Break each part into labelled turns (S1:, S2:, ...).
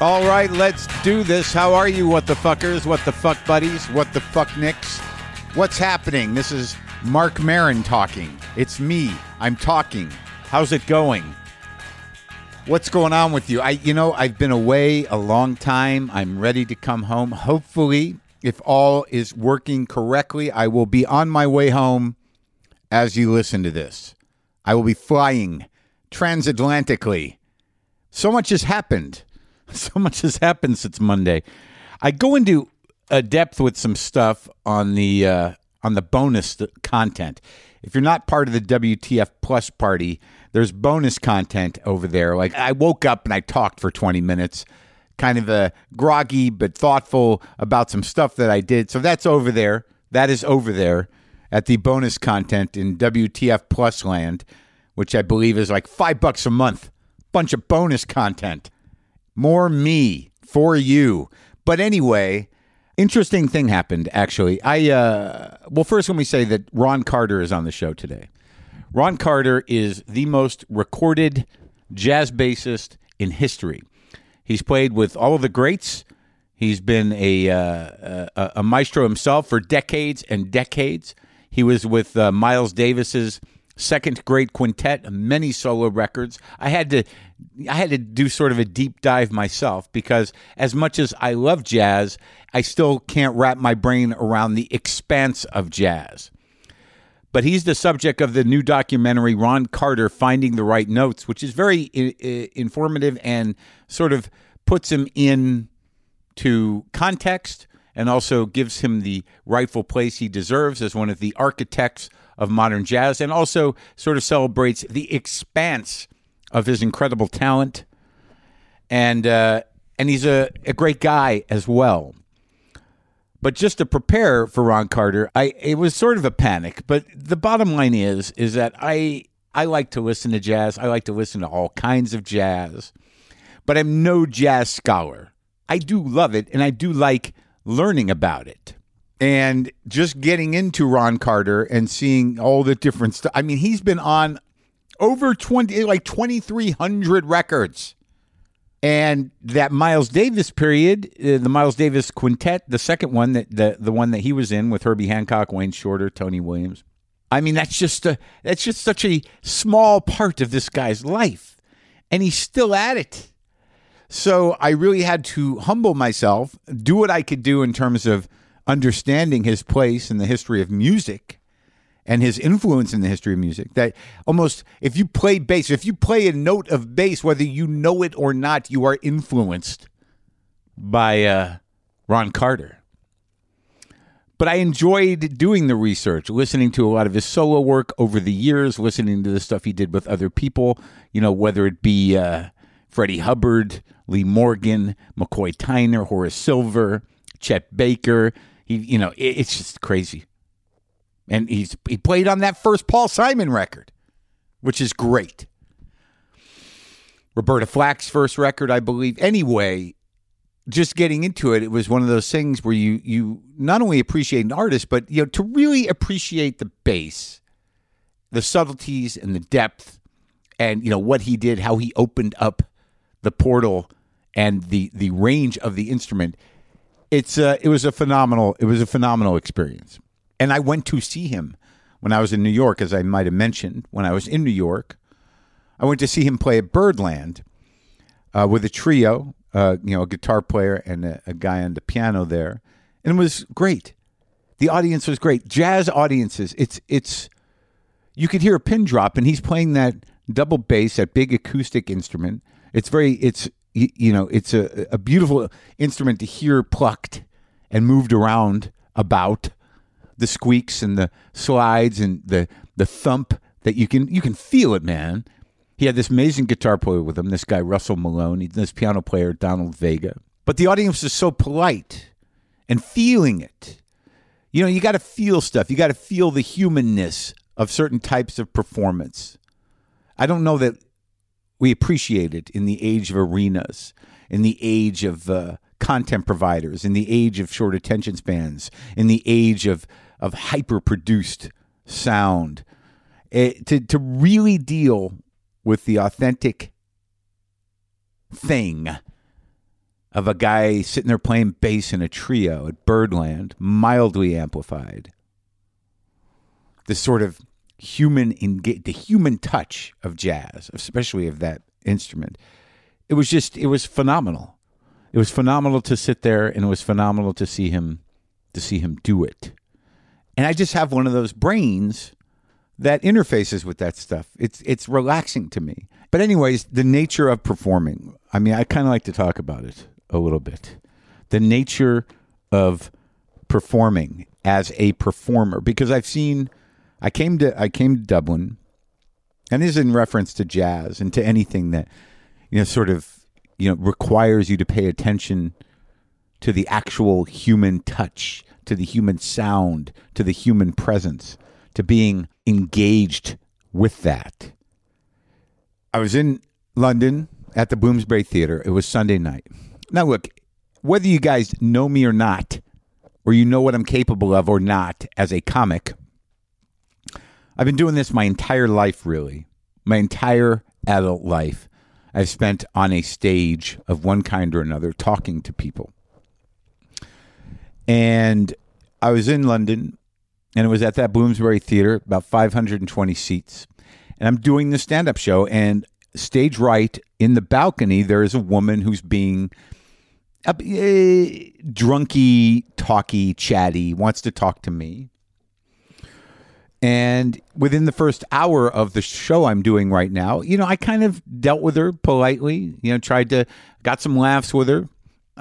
S1: All right, let's do this. How are you, what the fuckers, what the fuck buddies, what the fuck nicks? What's happening? This is Mark Marin talking. It's me. I'm talking. How's it going? What's going on with you? I, you know, I've been away a long time. I'm ready to come home. Hopefully, if all is working correctly, I will be on my way home as you listen to this. I will be flying transatlantically. So much has happened. So much has happened since Monday. I go into a depth with some stuff on the uh, on the bonus th- content. If you're not part of the WTF Plus party, there's bonus content over there. Like I woke up and I talked for 20 minutes, kind of a groggy but thoughtful about some stuff that I did. So that's over there. That is over there at the bonus content in WTF Plus land, which I believe is like five bucks a month. Bunch of bonus content more me for you. But anyway, interesting thing happened actually. I uh well first let me say that Ron Carter is on the show today. Ron Carter is the most recorded jazz bassist in history. He's played with all of the greats. He's been a uh, a, a maestro himself for decades and decades. He was with uh, Miles Davis's second great quintet, many solo records. I had to I had to do sort of a deep dive myself because as much as I love jazz, I still can't wrap my brain around the expanse of jazz. But he's the subject of the new documentary Ron Carter Finding the Right Notes, which is very I- I- informative and sort of puts him in to context and also gives him the rightful place he deserves as one of the architects of modern jazz and also sort of celebrates the expanse of his incredible talent and uh, and he's a, a great guy as well but just to prepare for Ron Carter, I it was sort of a panic. But the bottom line is is that I I like to listen to jazz. I like to listen to all kinds of jazz, but I'm no jazz scholar. I do love it, and I do like learning about it. And just getting into Ron Carter and seeing all the different stuff. I mean, he's been on over twenty like twenty three hundred records. And that Miles Davis period, uh, the Miles Davis quintet, the second one that the the one that he was in with Herbie Hancock, Wayne Shorter, Tony Williams. I mean, that's just a that's just such a small part of this guy's life, and he's still at it. So I really had to humble myself, do what I could do in terms of understanding his place in the history of music and his influence in the history of music that almost if you play bass if you play a note of bass whether you know it or not you are influenced by uh, ron carter but i enjoyed doing the research listening to a lot of his solo work over the years listening to the stuff he did with other people you know whether it be uh, freddie hubbard lee morgan mccoy tyner horace silver chet baker he, you know it- it's just crazy and he's he played on that first Paul Simon record, which is great. Roberta Flack's first record, I believe. Anyway, just getting into it, it was one of those things where you you not only appreciate an artist, but you know to really appreciate the bass, the subtleties and the depth, and you know what he did, how he opened up the portal and the the range of the instrument it's uh, it was a phenomenal it was a phenomenal experience and i went to see him when i was in new york as i might have mentioned when i was in new york i went to see him play at birdland uh, with a trio uh, you know a guitar player and a, a guy on the piano there and it was great the audience was great jazz audiences it's it's you could hear a pin drop and he's playing that double bass that big acoustic instrument it's very it's y- you know it's a, a beautiful instrument to hear plucked and moved around about the squeaks and the slides and the the thump that you can you can feel it man he had this amazing guitar player with him this guy russell malone he's this piano player donald vega but the audience is so polite and feeling it you know, you got to feel stuff. You got to feel the humanness of certain types of performance. I don't know that we appreciate it in the age of arenas, in the age of uh, content providers, in the age of short attention spans, in the age of of hyper produced sound. It- to to really deal with the authentic thing of a guy sitting there playing bass in a trio at Birdland, mildly amplified. This sort of human enga- the human touch of jazz, especially of that instrument. It was just it was phenomenal. It was phenomenal to sit there and it was phenomenal to see him to see him do it. And I just have one of those brains that interfaces with that stuff. It's it's relaxing to me. But anyways, the nature of performing. I mean, I kind of like to talk about it a little bit. The nature of performing as a performer because I've seen I came to I came to Dublin and this is in reference to jazz and to anything that you know sort of you know requires you to pay attention to the actual human touch, to the human sound, to the human presence, to being engaged with that. I was in London at the Bloomsbury Theater. It was Sunday night. Now, look, whether you guys know me or not, or you know what I'm capable of or not as a comic, I've been doing this my entire life, really. My entire adult life, I've spent on a stage of one kind or another talking to people and I was in London, and it was at that Bloomsbury Theater, about 520 seats, and I'm doing the stand-up show, and stage right in the balcony there is a woman who's being a, eh, drunky, talky, chatty, wants to talk to me. And within the first hour of the show I'm doing right now, you know, I kind of dealt with her politely, you know, tried to got some laughs with her.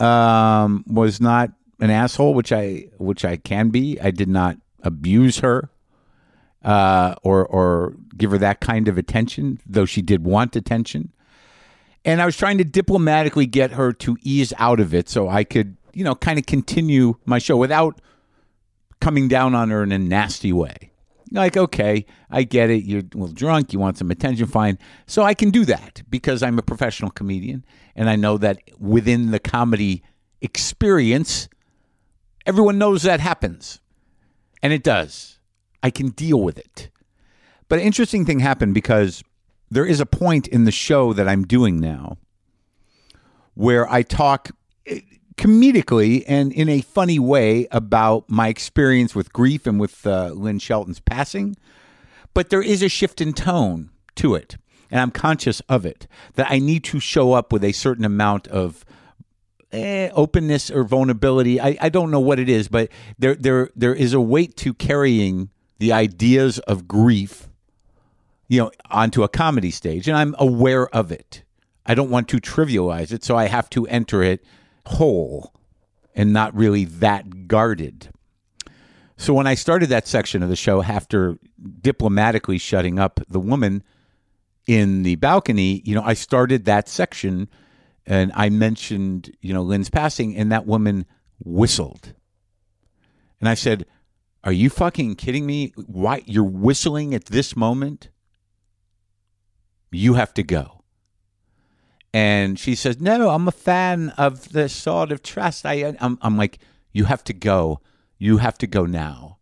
S1: Um, was not an asshole, which I which I can be. I did not abuse her uh, or or give her that kind of attention, though she did want attention. And I was trying to diplomatically get her to ease out of it, so I could you know kind of continue my show without coming down on her in a nasty way. Like, okay, I get it. You're a little drunk. You want some attention. Fine. So I can do that because I'm a professional comedian. And I know that within the comedy experience, Everyone knows that happens. And it does. I can deal with it. But an interesting thing happened because there is a point in the show that I'm doing now where I talk eh, comedically and in a funny way about my experience with grief and with uh, Lynn Shelton's passing. But there is a shift in tone to it. And I'm conscious of it that I need to show up with a certain amount of eh, openness or vulnerability. I, I don't know what it is, but there there there is a weight to carrying the ideas of grief, you know, onto a comedy stage, and I'm aware of it. I don't want to trivialize it, so I have to enter it whole and not really that guarded. So when I started that section of the show after diplomatically shutting up the woman in the balcony, you know, I started that section and I mentioned, you know, Lynn's passing, and that woman whistled. And I said, Are you fucking kidding me? Why you're whistling at this moment? You have to go. And she says, No, I'm a fan of the sort of trust. I, I'm, I'm like, You have to go. You have to go now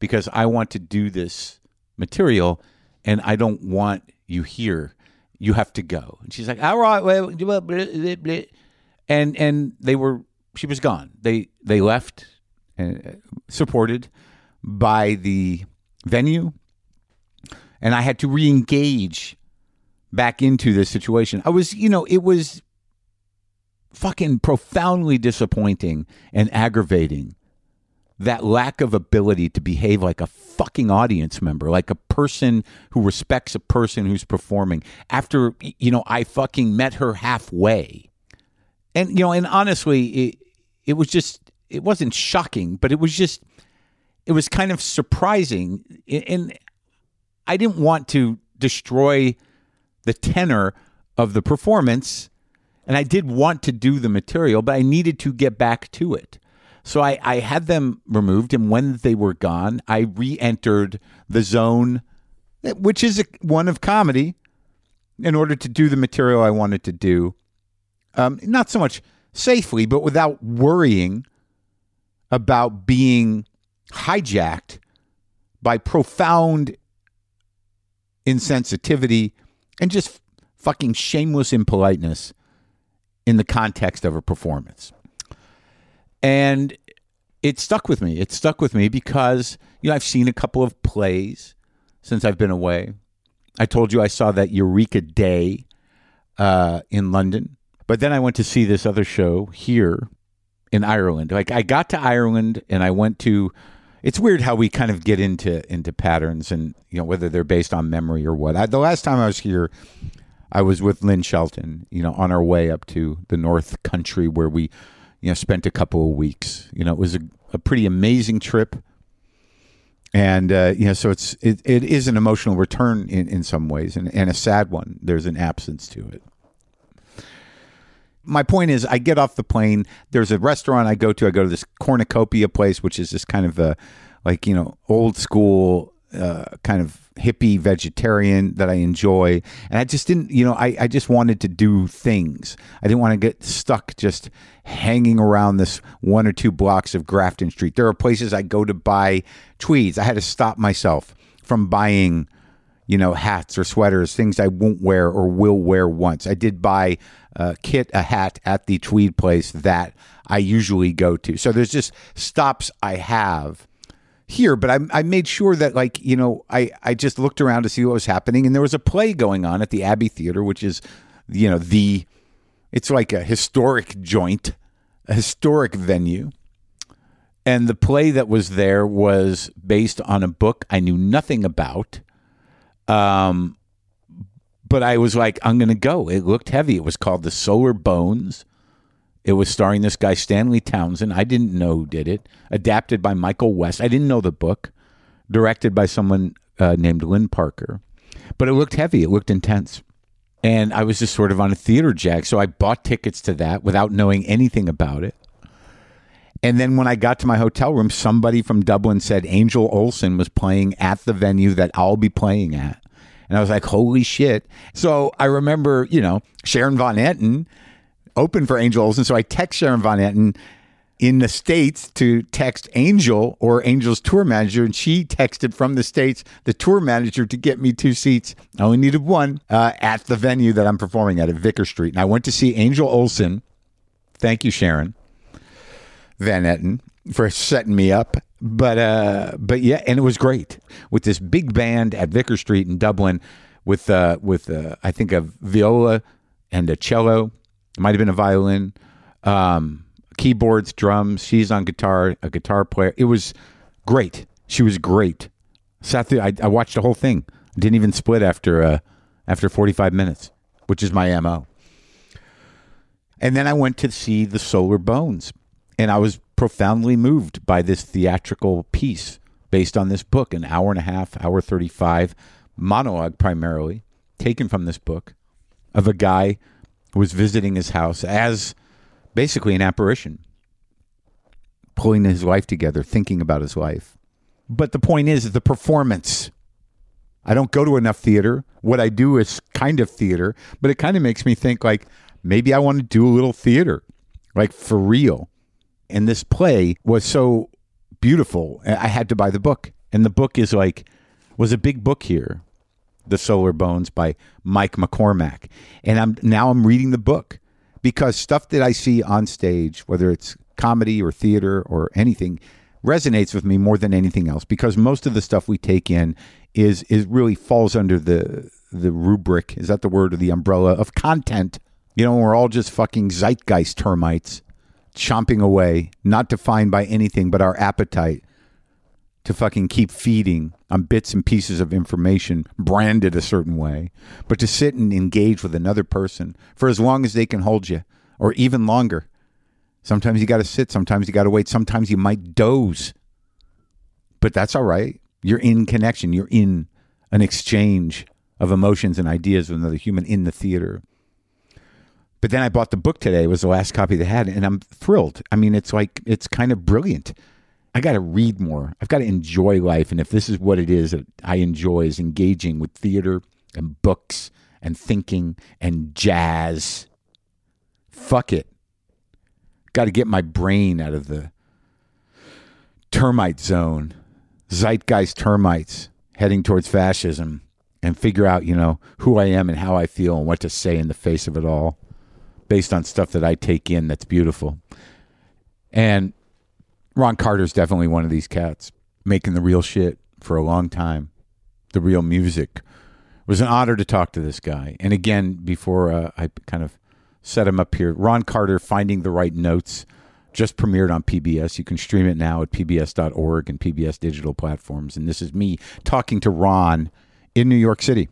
S1: because I want to do this material and I don't want you here. You have to go. And she's like, all right, well, you will, blah, blah, blah." and and they were she was gone. They they left, uh, supported by the venue, and I had to re-engage back into this situation. I was, you know, it was fucking profoundly disappointing and aggravating that lack of ability to behave like a fucking audience member, like a person who respects a person who's performing. After y- you know, I fucking met her halfway, and you know, and honestly, it it was just it wasn't shocking, but it was just it was kind of surprising, A- and I didn't want to destroy the tenor of the performance and I did want to do the material, but I needed to get back to it. So I, I had them removed, and when they were gone, I re entered the zone, which is a, one of comedy, in order to do the material I wanted to do. Um, not so much safely, but without worrying about being hijacked by profound insensitivity and just fucking shameless impoliteness in the context of a performance. And it stuck with me. It stuck with me because, you know, I've seen a couple of plays since I've been away. I told you I saw that Eureka Day uh, in London, but then I went to see this other show here in Ireland. Like I got to Ireland and I went to. It's weird how we kind of get into into patterns and you know whether they're based on memory or what. I, the last time I was here, I was with Lynn Shelton. You know, on our way up to the North Country where we, you know, spent a couple of weeks. You know, it was a, a pretty amazing trip and uh, you know, so it's it, it is an emotional return in, in some ways, and, and a sad one. There's an absence to it. My point is, I get off the plane. There's a restaurant I go to. I go to this cornucopia place, which is this kind of a like you know old school uh, kind of hippie vegetarian that I enjoy. And I just didn't, you know, I I just wanted to do things. I didn't want to get stuck just hanging around this one or two blocks of Grafton Street. There are places I go to buy tweeds. I had to stop myself from buying, you know, hats or sweaters, things I won't wear or will wear once. I did buy uh, Kit a hat at the tweed place that I usually go to. So there's just stops I have here, but I, I made sure that like you know I I just looked around to see what was happening, and there was a play going on at the Abbey Theater, which is you know the it's like a historic joint, a historic venue. And the play that was there was based on a book I knew nothing about. Um, but I was like, I'm going to go. It looked heavy. It was called The Solar Bones. It was starring this guy, Stanley Townsend. I didn't know who did it. Adapted by Michael West. I didn't know the book. Directed by someone uh, named Lynn Parker. But it looked heavy. It looked intense. And I was just sort of on a theater jack. So I bought tickets to that without knowing anything about it. And then when I got to my hotel room, somebody from Dublin said Angel Olsen was playing at the venue that I'll be playing at. And I was like, holy shit. So I remember, you know, Sharon Von Etten opened for Angel Olsen. So I text Sharon Von Etten in the States to text Angel or Angel's tour manager. And she texted from the States the tour manager to get me two seats. I only needed one uh, at the venue that I'm performing at, at Vicker Street. And I went to see Angel Olsen. Thank you, Sharon. Van Etten for setting me up. But uh, but yeah, and it was great with this big band at Vicker Street in Dublin, with uh, with uh, I think a viola and a cello, it might have been a violin, um, keyboards, drums. She's on guitar, a guitar player. It was great. She was great. Sat through. I, I watched the whole thing. Didn't even split after uh, after forty five minutes, which is my mo. And then I went to see The Solar Bones, and I was profoundly moved by this theatrical piece based on this book, an hour and a half, hour 35 monologue primarily, taken from this book of a guy who was visiting his house as basically an apparition, pulling his life together, thinking about his life. But the point is the performance. I don't go to enough theater. What I do is kind of theater, but it kind of makes me think like maybe I want to do a little theater, like for real. And this play was so beautiful. I I had to buy the book. And the book is like was a big book here. The Solar Bones by Mike McCormack. And I'm now I'm reading the book because stuff that I see on stage, whether it's comedy or theater or anything, resonates with me more than anything else because most of the stuff we take in is is really falls under the the rubric, is that the word or the umbrella of content. You know, we're all just fucking zeitgeist termites chomping away, not defined by anything but our appetite to fucking keep feeding on bits and pieces of information branded a certain way, but to sit and engage with another person for as long as they can hold you or even longer. Sometimes you got to sit, sometimes you got to wait, sometimes you might doze, but that's all right. You're in connection, you're in an exchange of emotions and ideas with another human in the theater. But then I bought the book today. It was the last copy they had, and I'm thrilled. I mean, it's like it's kind of brilliant. I got to read more. I've got to enjoy life, and if this is what it is that I enjoy is engaging with theater and books and thinking and jazz. Fuck it. Got to get my brain out of the termite zone, zeitgeist termites heading towards fascism, and figure out, you know, who I am and how I feel and what to say in the face of it all. based on stuff that I take in that's beautiful. And Ron Carter's definitely one of these cats making the real shit for a long time, the real music. It was an honor to talk to this guy. And again, before uh, I kind of set him up here, Ron Carter, Finding the Right Notes, just premiered on PBS. You can stream it now at pbs.org and PBS digital platforms. And this is me talking to Ron in New York City.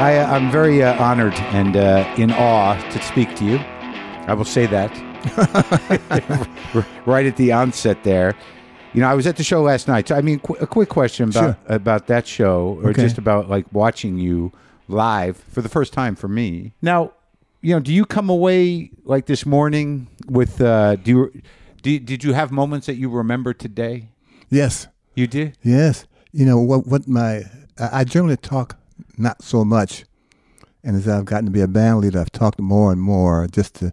S1: I, uh, I'm very uh, honored and uh, in awe to speak to you. I will say that R- right at the onset there. You know, I was at the show last night. So, I mean, qu- a quick question about about that show, or
S2: Okay.
S1: just about like watching you live for the first time for me. Now, you know, do you come away like this morning with? Uh, do you do, did you have moments that you remember today?
S2: Yes,
S1: You did.
S2: yes. You know what? What my I I generally talk not so much, and as I've gotten to be a band leader, I've talked more and more just to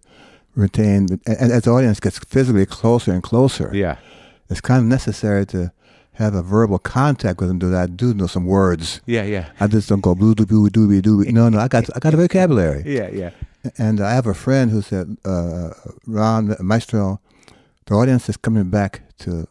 S2: retain. And, and as the audience gets physically closer and closer,
S1: Yeah.
S2: it's kind of necessary to have a verbal contact with them. That I do know some words.
S1: Yeah. Yeah.
S2: I just don't go blue doo doo doo. No, no. I got I got a vocabulary.
S1: Yeah. Yeah.
S2: And I have a friend who said, uh, Ron Maestro, the audience is coming back to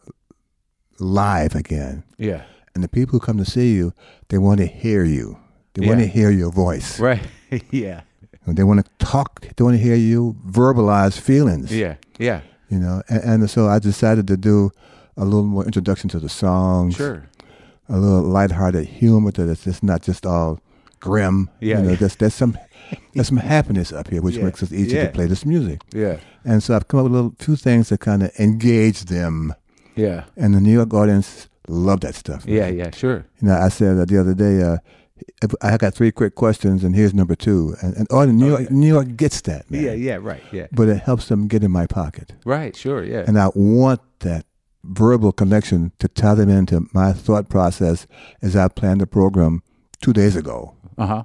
S2: live again.
S1: Yeah.
S2: And the people who come to see you, they want to hear you. They want to
S1: Yeah.
S2: hear your voice.
S1: Right. yeah.
S2: And They want to talk. They want to hear you verbalize feelings.
S1: Yeah. Yeah.
S2: You know, and, and so I decided to do a little more introduction to the songs,
S1: Sure.
S2: a little lighthearted humor that it's just not just all grim.
S1: Yeah.
S2: You know, there's, there's, some, there's some happiness up here, which
S1: Yeah.
S2: makes it easier
S1: Yeah.
S2: to play this music.
S1: Yeah.
S2: And so I've come up with a little, few things that kind of engage them.
S1: Yeah.
S2: And the New York audience love that stuff.
S1: Yeah. Yeah. Sure.
S2: You know, I said that the other day, uh, if- I got three quick questions, and here's number two. And, and all the New, York, New York gets that, man.
S1: Yeah. Yeah. Right. Yeah.
S2: But it helps them get in my pocket.
S1: Right. Sure. Yeah.
S2: And I want that verbal connection to tie them into my thought process as I planned the program two days ago.
S1: Uh huh.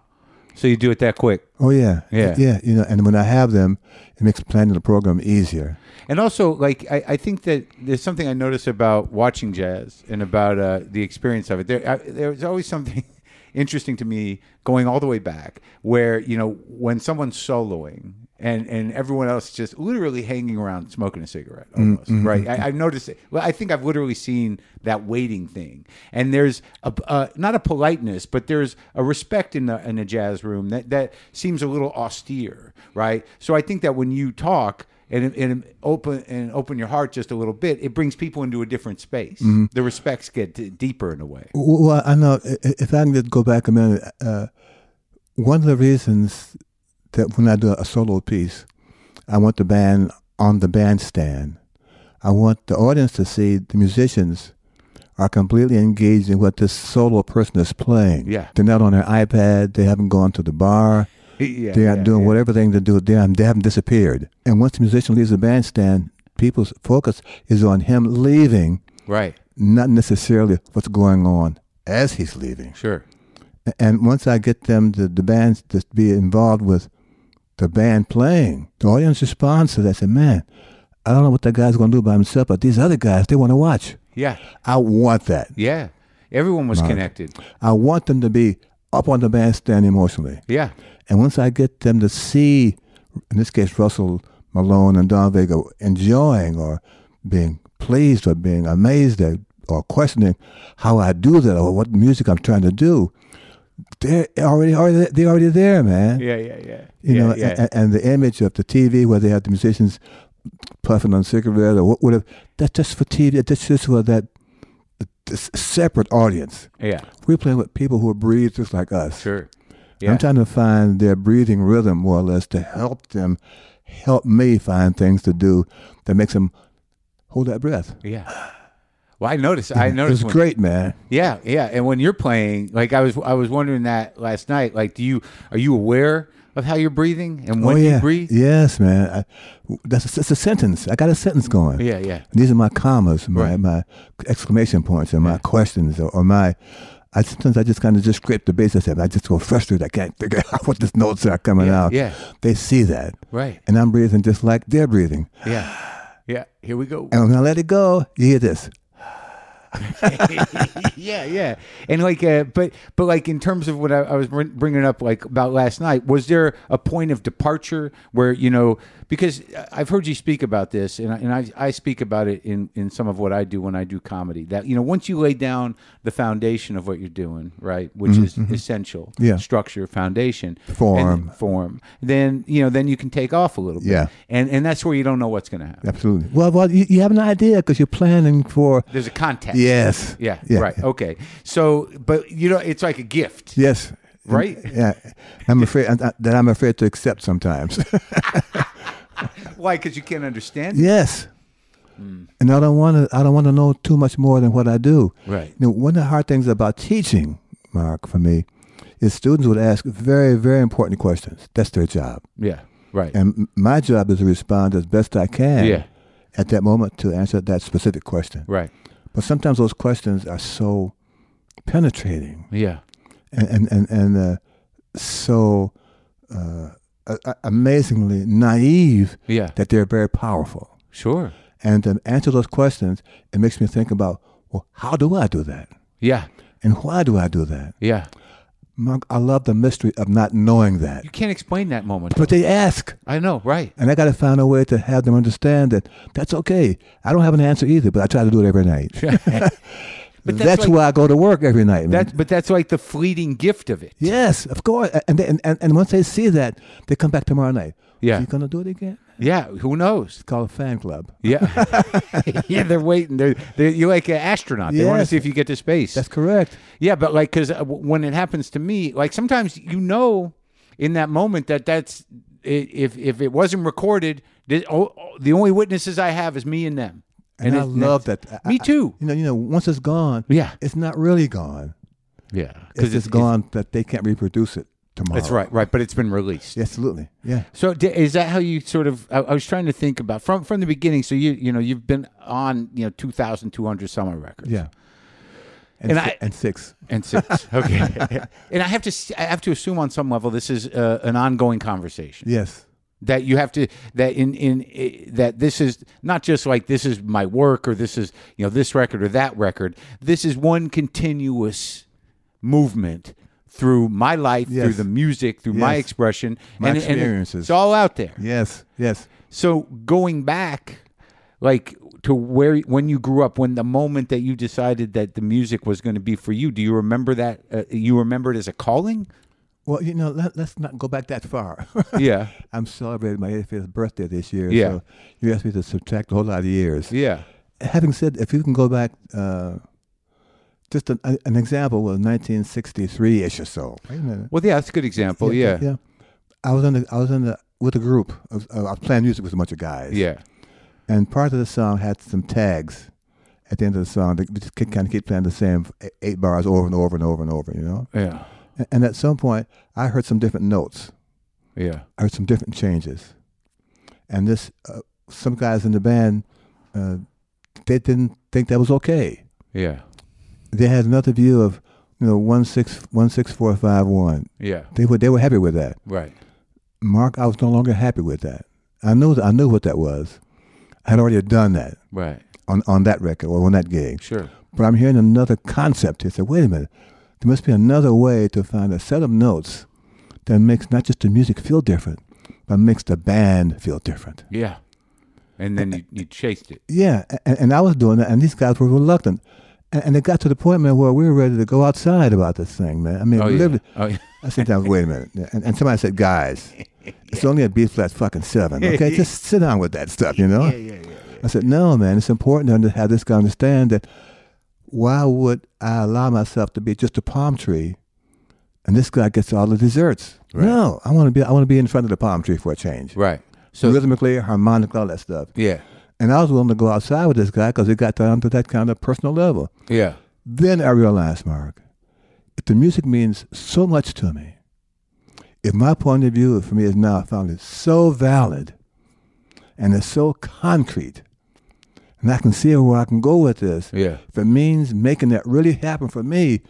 S1: So you do it that quick,
S2: Oh, yeah.
S1: Yeah.
S2: Yeah. You know, and when I have them, it makes planning the program easier.
S1: and also like I, I think that there's something I notice about watching jazz and about uh, the experience of it. There, I, there's always something interesting to me going all the way back, where you know when someone's soloing and and everyone else is just literally hanging around smoking a cigarette, almost right. I, I've noticed it. Well, I think I've literally seen that waiting thing, and there's a uh, not a politeness, but there's a respect in the in a jazz room that that seems a little austere, right? So I think that when you talk and, and open and open your heart just a little bit, it brings people into a different space.
S2: Mm-hmm.
S1: The respects get d- deeper in a way.
S2: Well, I know i- i- if I can just go back a minute, uh, one of the reasons that when I do a solo piece, I want the band on the bandstand. I want the audience to see the musicians are completely engaged in what this solo person is playing.
S1: Yeah.
S2: They're not on their iPad. They haven't gone to the bar.
S1: yeah,
S2: They are
S1: yeah,
S2: doing
S1: yeah.
S2: whatever thing to do. They, are, they haven't disappeared. And once the musician leaves the bandstand, people's focus is on him leaving,
S1: Right.
S2: not necessarily what's going on as he's leaving.
S1: Sure.
S2: And once I get them to the bands to be involved with the band playing, the audience responds to that. Say, man, I don't know what that guy's going to do by himself, but these other guys, they want to watch.
S1: Yeah.
S2: I want that.
S1: Yeah. Everyone was connected.
S2: I want them to be up on the bandstand emotionally.
S1: Yeah.
S2: And once I get them to see, in this case, Russell Malone and Don Vega enjoying or being pleased or being amazed at or questioning how I do that or what music I'm trying to do, they're already, already they're already there, man.
S1: Yeah. Yeah. Yeah.
S2: You
S1: yeah,
S2: know,
S1: yeah.
S2: And, and the image of the TV where they have the musicians puffing on cigarettes or what- whatever, that's just for TV. That's just for that this separate audience.
S1: yeah.
S2: We're playing with people who breathe just like us.
S1: Sure. Yeah.
S2: I'm trying to find their breathing rhythm more or less to help them help me find things to do that makes them hold that breath.
S1: yeah. Well, I noticed. I
S2: It was
S1: noticed. when-
S2: great, man.
S1: Yeah, yeah. And when you're playing, like I was, I was wondering that last night. Like, do you are you aware of how you're breathing and when
S2: oh yeah,
S1: you breathe?
S2: yes, man. I, that's, that's a sentence. I got a sentence going.
S1: Yeah, yeah,
S2: These are my commas, my,
S1: Right.
S2: my exclamation points, and my questions, or, or my. I sometimes I just kind of just scrape the bass. I said I just go frustrated. I can't figure out what these notes are coming
S1: Yeah,
S2: out.
S1: yeah.
S2: they see that,
S1: right.
S2: and I'm breathing just like they're breathing.
S1: Yeah, yeah. Here we go.
S2: And when I let it go, you hear this.
S1: yeah, yeah, and like, uh, but but like in terms of what I, I was br- bringing up, like about last night, was there a point of departure where you know because I've heard you speak about this, and I, and I, I speak about it in in some of what I do when I do comedy. That you know, once you lay down the foundation of what you're doing, right, which is essential,
S2: Mm-hmm, Yeah.
S1: structure, foundation, and
S2: Form.
S1: form, then you know, then you can take off a little bit,
S2: Yeah.
S1: and and that's where you don't know what's going to happen.
S2: Absolutely. Well, well, you, you have an idea because you're planning for.
S1: There's a context.
S2: Yes.
S1: Yeah,
S2: Yeah.
S1: Right. Okay. So, but you know, it's like a gift,
S2: Yes.
S1: right?
S2: Yeah. I'm afraid I, that I'm afraid to accept sometimes.
S1: Why? Because you can't understand. it?
S2: yes.
S1: Hmm.
S2: And I don't want to. I don't want to know too much more than what I do.
S1: Right.
S2: You know, one of the hard things about teaching, Mark, for me, is students would ask very, very important questions. That's their job,
S1: Yeah. Right.
S2: and m- my job is to respond as best I can.
S1: Yeah.
S2: At that moment, to answer that specific question.
S1: Right.
S2: But sometimes those questions are so penetrating.
S1: Yeah.
S2: and and and, and uh, so uh, a- a- amazingly naive
S1: Yeah.
S2: that they're very powerful.
S1: Sure.
S2: And to answer those questions, it makes me think about well, how do I do that,
S1: Yeah.
S2: and why do I do that?
S1: Yeah.
S2: Mark, I love the mystery of not knowing that,
S1: You can't explain that moment.
S2: but they ask,
S1: I know. Right.
S2: and I got to find a way to have them understand that that's okay. I don't have an answer either, but I try to do it every night.
S1: But
S2: that's
S1: like,
S2: why I go to work every night. man.
S1: That, but that's like the fleeting gift of it.
S2: Yes, of course. And, they, and and and once they see that, they come back tomorrow night.
S1: Yeah.
S2: you gonna do it again?
S1: Yeah. Who knows?
S2: Call a fan club.
S1: Yeah. yeah. They're waiting. They're, they're you're like an astronaut. They want to
S2: Yes.
S1: see if you get to space.
S2: That's correct.
S1: Yeah, but like, because when it happens to me, like sometimes you know in that moment that that's i- if if it wasn't recorded, the, oh, oh, the only witnesses I have is me and them.
S2: And, I
S1: it-
S2: love that. I-
S1: Me
S2: I-
S1: too.
S2: you know, you know, once it's gone,
S1: Yeah.
S2: it's not really gone.
S1: Yeah,
S2: It's just gone that they can't reproduce it tomorrow.
S1: That's right, right. But it's been released.
S2: Yeah, absolutely. Yeah.
S1: So d- is that how you sort of? I, I was trying to think about from from the beginning. So you you know you've been on you know two thousand two hundred summer records.
S2: Yeah. And
S1: And
S2: si-
S1: I-
S2: and six.
S1: and six. okay. and I have to s- I have to assume on some level this is uh, an ongoing conversation.
S2: Yes.
S1: that you have to that in in eh, that this is not just like this is my work or this is you know this record or that record this is one continuous movement through my life through
S2: Yes.
S1: the music through my
S2: Yes.
S1: expression
S2: My
S1: and, and
S2: experiences.
S1: it's all out there
S2: Yes. Yes.
S1: so going back like to where when you grew up when the moment that you decided that the music was going to be for you do you remember that uh, you remember it as a calling
S2: Well, you know, let, let's not go back that far.
S1: yeah
S2: I'm celebrating my 85th birthday this year.
S1: Yeah.
S2: So you asked me to subtract a whole lot of years.
S1: yeah
S2: having said, if you can go back, uh, just an, an example was 1963 ish or so. Wait a minute.
S1: well yeah that's a good example yeah,
S2: yeah. I was in the, I was in the, with a group. I was, I was playing music with a bunch of guys.
S1: yeah.
S2: And part of the song had some tags at the end of the song. They just kind of keep playing the same eight- eight bars over and over and over and over. You know.
S1: yeah.
S2: And, and at some point, I heard some different notes.
S1: Yeah.
S2: I heard some different changes. And this, uh, some guys in the band, uh, they didn't think that was okay.
S1: Yeah.
S2: they had another view of you know one six one six four five one.
S1: Yeah.
S2: They were they were happy with that.
S1: Right.
S2: Mark, I was no longer happy with that. I knew I knew what that was. I had already done that
S1: Right.
S2: on, on that record or on that gig.
S1: Sure.
S2: But I'm hearing another concept here. So wait a minute, there must be another way to find a set of notes that makes not just the music feel different, but makes the band feel different.
S1: Yeah. And then you, you chased it.
S2: Yeah, a- and, and I was doing that, and these guys were reluctant. And, and it got to the point, man, where we were ready to go outside about this thing, man. I mean,
S1: Oh yeah.
S2: literally,
S1: Oh, yeah.
S2: I said, down, wait a minute. And, and somebody said, guys, it's only a B flat fucking seven, okay? Just sit down with that stuff, you know? I said, no, man, it's important to under- have this guy understand that why would I allow myself to be just a palm tree and this guy gets all the desserts? No, I want to be I want to be in front of the palm tree for a change.
S1: Right.
S2: So
S1: So
S2: rhythmically, harmonically, all that stuff.
S1: yeah.
S2: And I was willing to go outside with this guy because it got down to that kind of personal level.
S1: Yeah.
S2: Then I realized, Mark, if the music means so much to me, if my point of view for me is now found is so valid and it's so concrete, and I can see where I can go with this,
S1: Yeah.
S2: if it means making that really happen for me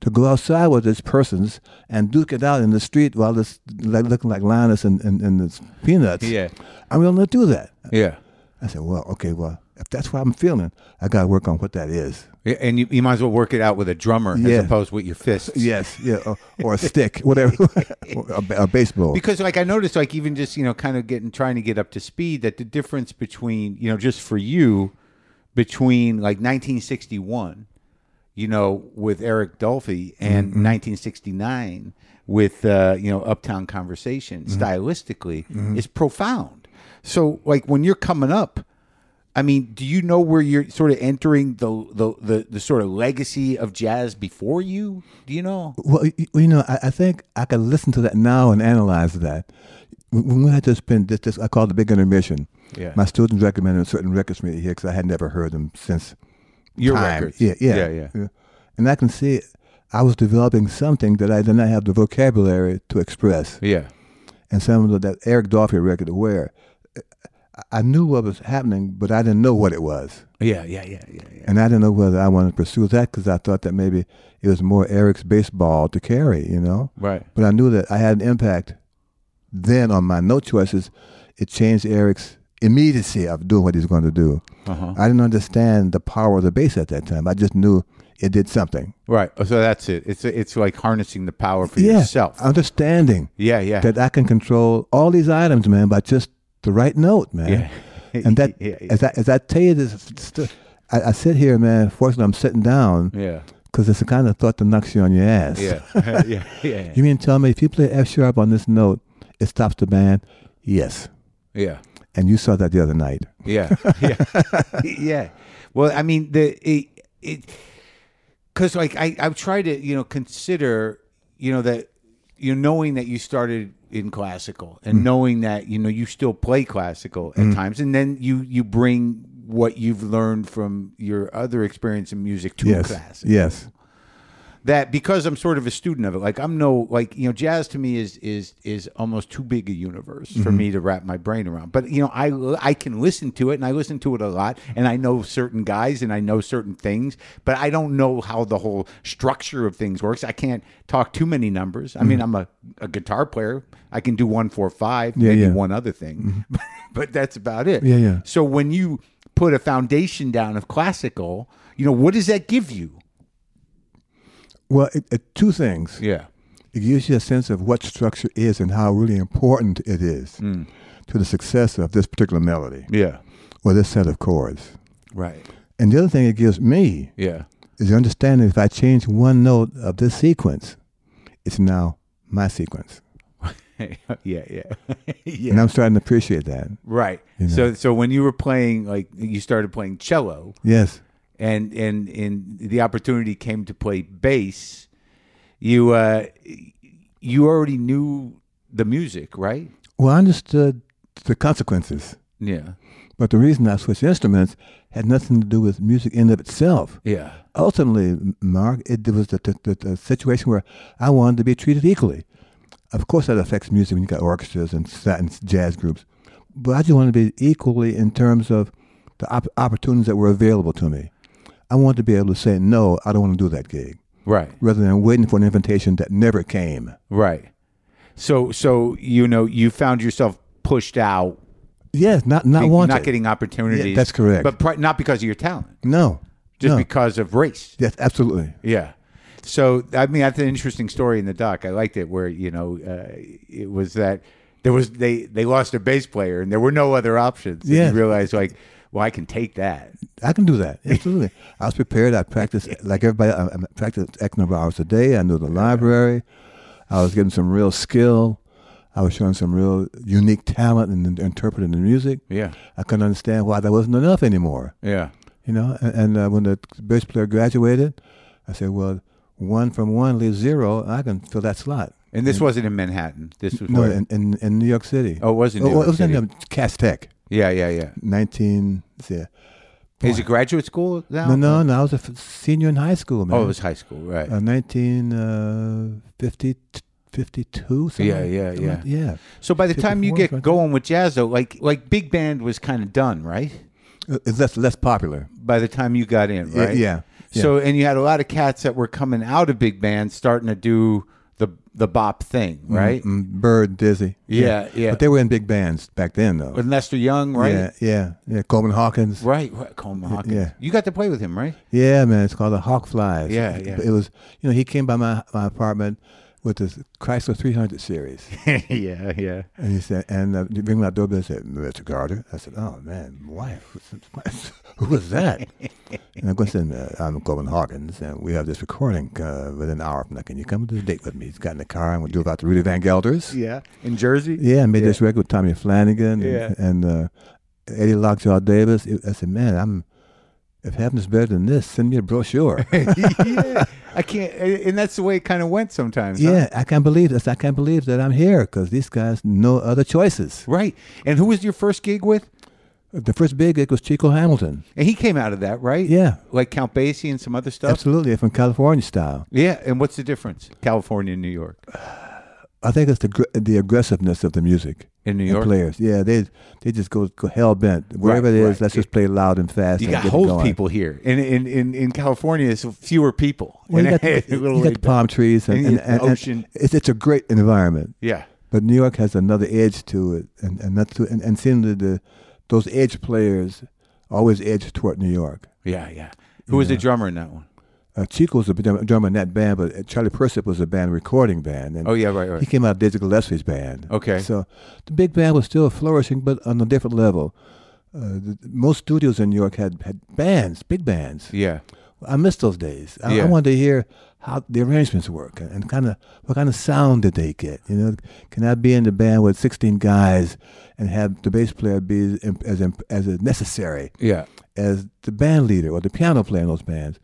S2: to go outside with these persons and duke it out in the street while it's like, looking like Linus and, and, and it's peanuts,
S1: Yeah.
S2: I'm willing to do that.
S1: Yeah.
S2: I said, well, okay, well, if that's what I'm feeling, I got to work on what that is.
S1: Yeah, And you, you might as well work it out with a drummer
S2: Yeah.
S1: as opposed with your fists.
S2: Yes, yeah, or, or a stick, whatever, Or a, ba- a baseball.
S1: Because like I noticed, like even just you know, kind of getting trying to get up to speed, that the difference between you know, just for you, between like 1961, you know, with Eric Dolphy and
S2: Mm-hmm.
S1: 1969 with uh, you know Uptown Conversation,
S2: Mm-hmm.
S1: stylistically, is profound. So like when you're coming up. I mean, do you know where you're sort of entering the, the, the, the sort of legacy of jazz before you? Do you know?
S2: Well, y- y- you know, I, I think I could listen to that now and analyze that. When we had to spend this, this I call it the big intermission.
S1: Yeah.
S2: My students recommended certain records for me to hear because I had never heard them since
S1: Your
S2: time.
S1: records.
S2: Yeah, yeah,
S1: Yeah, yeah.
S2: And I can see I was developing something that I did not have the vocabulary to express.
S1: Yeah.
S2: And some of that Eric Dolphy record, Where, uh, I- I knew what was happening, but I didn't know what it was.
S1: Yeah, yeah, yeah, yeah, yeah.
S2: And I didn't know whether I wanted to pursue that because I thought that maybe it was more Eric's baseball to carry, you know?
S1: Right.
S2: But I knew that I had an impact then on my note choices. It changed Eric's immediacy of doing what he's going to do.
S1: Uh-huh.
S2: I didn't understand the power of the bass at that time. I just knew it did something.
S1: Right. Oh, So that's it. It's it's like harnessing the power for
S2: Yeah,
S1: yourself.
S2: Understanding
S1: yeah, yeah.
S2: that I can control all these items, man, by just the right note, man.
S1: Yeah.
S2: And that,
S1: Yeah, yeah.
S2: as I as I tell you this, st- I, I sit here, man. Fortunately, I'm sitting down
S1: yeah.
S2: because it's the kind of thought that knocks you on your ass.
S1: Yeah. yeah. Yeah. Yeah.
S2: You mean tell me if you play F sharp on this note, it stops the band? Yes.
S1: Yeah.
S2: And you saw that the other night.
S1: Yeah. Yeah. yeah. Well, I mean the it it because like I I've tried to you know consider you know that you know, knowing that you started in classical and knowing that you know you still play classical at times and then you you bring what you've learned from your other experience in music to
S2: yes.
S1: classical.
S2: Yes.
S1: that because I'm sort of a student of it, like I'm no like you know, jazz to me is is is almost too big a universe for
S2: Mm-hmm.
S1: me to wrap my brain around. But you know, I I can listen to it and I listen to it a lot, and I know certain guys and I know certain things, but I don't know how the whole structure of things works. I can't talk too many numbers. I
S2: Mm-hmm.
S1: mean, I'm a, a guitar player. I can do one four five, maybe
S2: yeah. Mm-hmm.
S1: one other thing, but that's about it.
S2: Yeah, yeah.
S1: So when you put a foundation down of classical, you know, what does that give you?
S2: Well, it, it, two things.
S1: Yeah.
S2: It gives you a sense of what structure is and how really important it is
S1: Hmm.
S2: to the success of this particular melody
S1: Yeah.
S2: or this set of chords.
S1: Right.
S2: And the other thing it gives me
S1: Yeah.
S2: is the understanding if I change one note of this sequence, it's now my sequence.
S1: yeah. Yeah. yeah.
S2: And I'm starting to appreciate that.
S1: Right. So so when you were playing like you started playing cello
S2: Yes.
S1: and and and the opportunity came to play bass, you uh you already knew the music, right?
S2: Well, I understood the consequences,
S1: Yeah.
S2: but the reason I switched instruments had nothing to do with music in and of itself.
S1: Yeah.
S2: Ultimately, M- Mark, it, it was the, the, the, the situation where I wanted to be treated equally. Of course, that affects music when you got orchestras and, sa- and jazz groups, but I just wanted to be equally in terms of the op- opportunities that were available to me. I wanted to be able to say, no, I don't want to do that gig,
S1: Right.
S2: rather than waiting for an invitation that never came.
S1: Right. So so you know you found yourself pushed out,
S2: Yes, not, not wanted.
S1: not getting opportunities.
S2: that's correct.
S1: But pri- not because of your talent,
S2: no.
S1: just
S2: no.
S1: because of race.
S2: Yes, absolutely.
S1: Yeah. So I mean, that's an interesting story in the doc. I liked it where you know uh, it was that there was they they lost their bass player and there were no other options. And
S2: Yes.
S1: You realize like, well, I can take that.
S2: I can do that. Absolutely. I was prepared. I practiced like everybody. I, I practiced X number of hours a day. I knew the library. I was getting some real skill. I was showing some real unique talent in, in interpreting the music.
S1: Yeah.
S2: I couldn't understand why that wasn't enough anymore.
S1: Yeah.
S2: You know. And, and uh, when the bass player graduated, I said, "Well, one from one leaves zero. I can fill that slot."
S1: And this wasn't in Manhattan. This was
S2: No,
S1: where-
S2: in, in, in New York City.
S1: oh, it was in New
S2: well,
S1: York
S2: it was
S1: City.
S2: in um, Cass Tech,
S1: yeah, yeah, yeah.
S2: nineteen. let's see,
S1: Is it graduate school now?
S2: No, no, no. I was a f- senior in high school, man.
S1: Oh, it was high school, right?
S2: Uh, 1952, something
S1: Yeah, yeah,
S2: something like- yeah.
S1: so by the time you
S2: 54,
S1: get
S2: right?
S1: going with jazz, though, like like big band was kind of done, right?
S2: Uh, It's less less popular,
S1: By the time you got in,
S2: Y-
S1: right?
S2: Yeah. yeah.
S1: So and you had a lot of cats that were coming out of big bands starting to do the the bop thing, right?
S2: Mm, Bird, Dizzy.
S1: Yeah, yeah.
S2: But they were in big bands back then, though.
S1: With Lester Young, right?
S2: Yeah, yeah, yeah. Coleman Hawkins.
S1: Right, right. Coleman Hawkins.
S2: yeah.
S1: You got to play with him, right?
S2: Yeah, man, it's called the Hawk Flies.
S1: Yeah, yeah.
S2: It was, you know, he came by my, my apartment with this Chrysler 300 series,
S1: yeah, yeah.
S2: and he said, and uh, he rang my doorbell and said, "Mr. Carter." I said, "Oh man, why? Who was that?" and I go, "Listen, uh, I'm Coleman Hawkins, and we have this recording uh, within an hour from now. Can you come to the date with me?" He's got in the car, and we'll do about the Rudy Van Gelders.
S1: Yeah. In Jersey?
S2: Yeah, I made this record with Tommy Flanagan and,
S1: Yeah.
S2: and uh, Eddie Lockjaw Davis. It- I said, man, I'm if heaven's better than this, send me a brochure.
S1: yeah. I can't and that's the way it kind of went sometimes. huh?
S2: yeah, I can't believe this. I can't believe that I'm here because these guys no other choices.
S1: Right. And who was your first gig with?
S2: The first big gig was Chico Hamilton.
S1: And he came out of that, right?
S2: Yeah,
S1: Like Count Basie and some other stuff.
S2: absolutely, from California style.
S1: Yeah. And what's the difference? California and New York.
S2: I think it's the gr- the aggressiveness of the music.
S1: In New
S2: and
S1: York.
S2: players, yeah, they they just go, go hell bent wherever it is.
S1: right.
S2: Let's just play loud and fast.
S1: You
S2: and
S1: got
S2: get it
S1: holes
S2: going.
S1: people here. In in, in in California it's fewer people.
S2: Well, you
S1: And
S2: got,
S1: a
S2: the-
S1: little
S2: you got
S1: laid
S2: the
S1: back.
S2: palm trees and,
S1: And
S2: and,
S1: the
S2: and- and
S1: ocean.
S2: It's, it's a great environment.
S1: Yeah.
S2: But New York has another edge to it, and and that's and, and seem that the those edge players always edge toward New York.
S1: Yeah, yeah. Who was the drummer in that one?
S2: Uh, Chico was a drum- drummer in that band, but uh, Charlie Persip was a band recording band, and
S1: Oh yeah, right,
S2: he
S1: right.
S2: came out of Dizzy Gillespie's band.
S1: Okay.
S2: so the big band was still flourishing, but on a different level. Uh, the, most studios in New York had had bands, big bands.
S1: Yeah.
S2: I miss those days. I,
S1: Yeah.
S2: I wanted to hear how the arrangements work and, and kind of what kind of sound did they get. You know, can I be in the band with 16 guys and have the bass player be as imp- as, imp- as necessary
S1: Yeah.
S2: as the band leader or the piano player in those bands?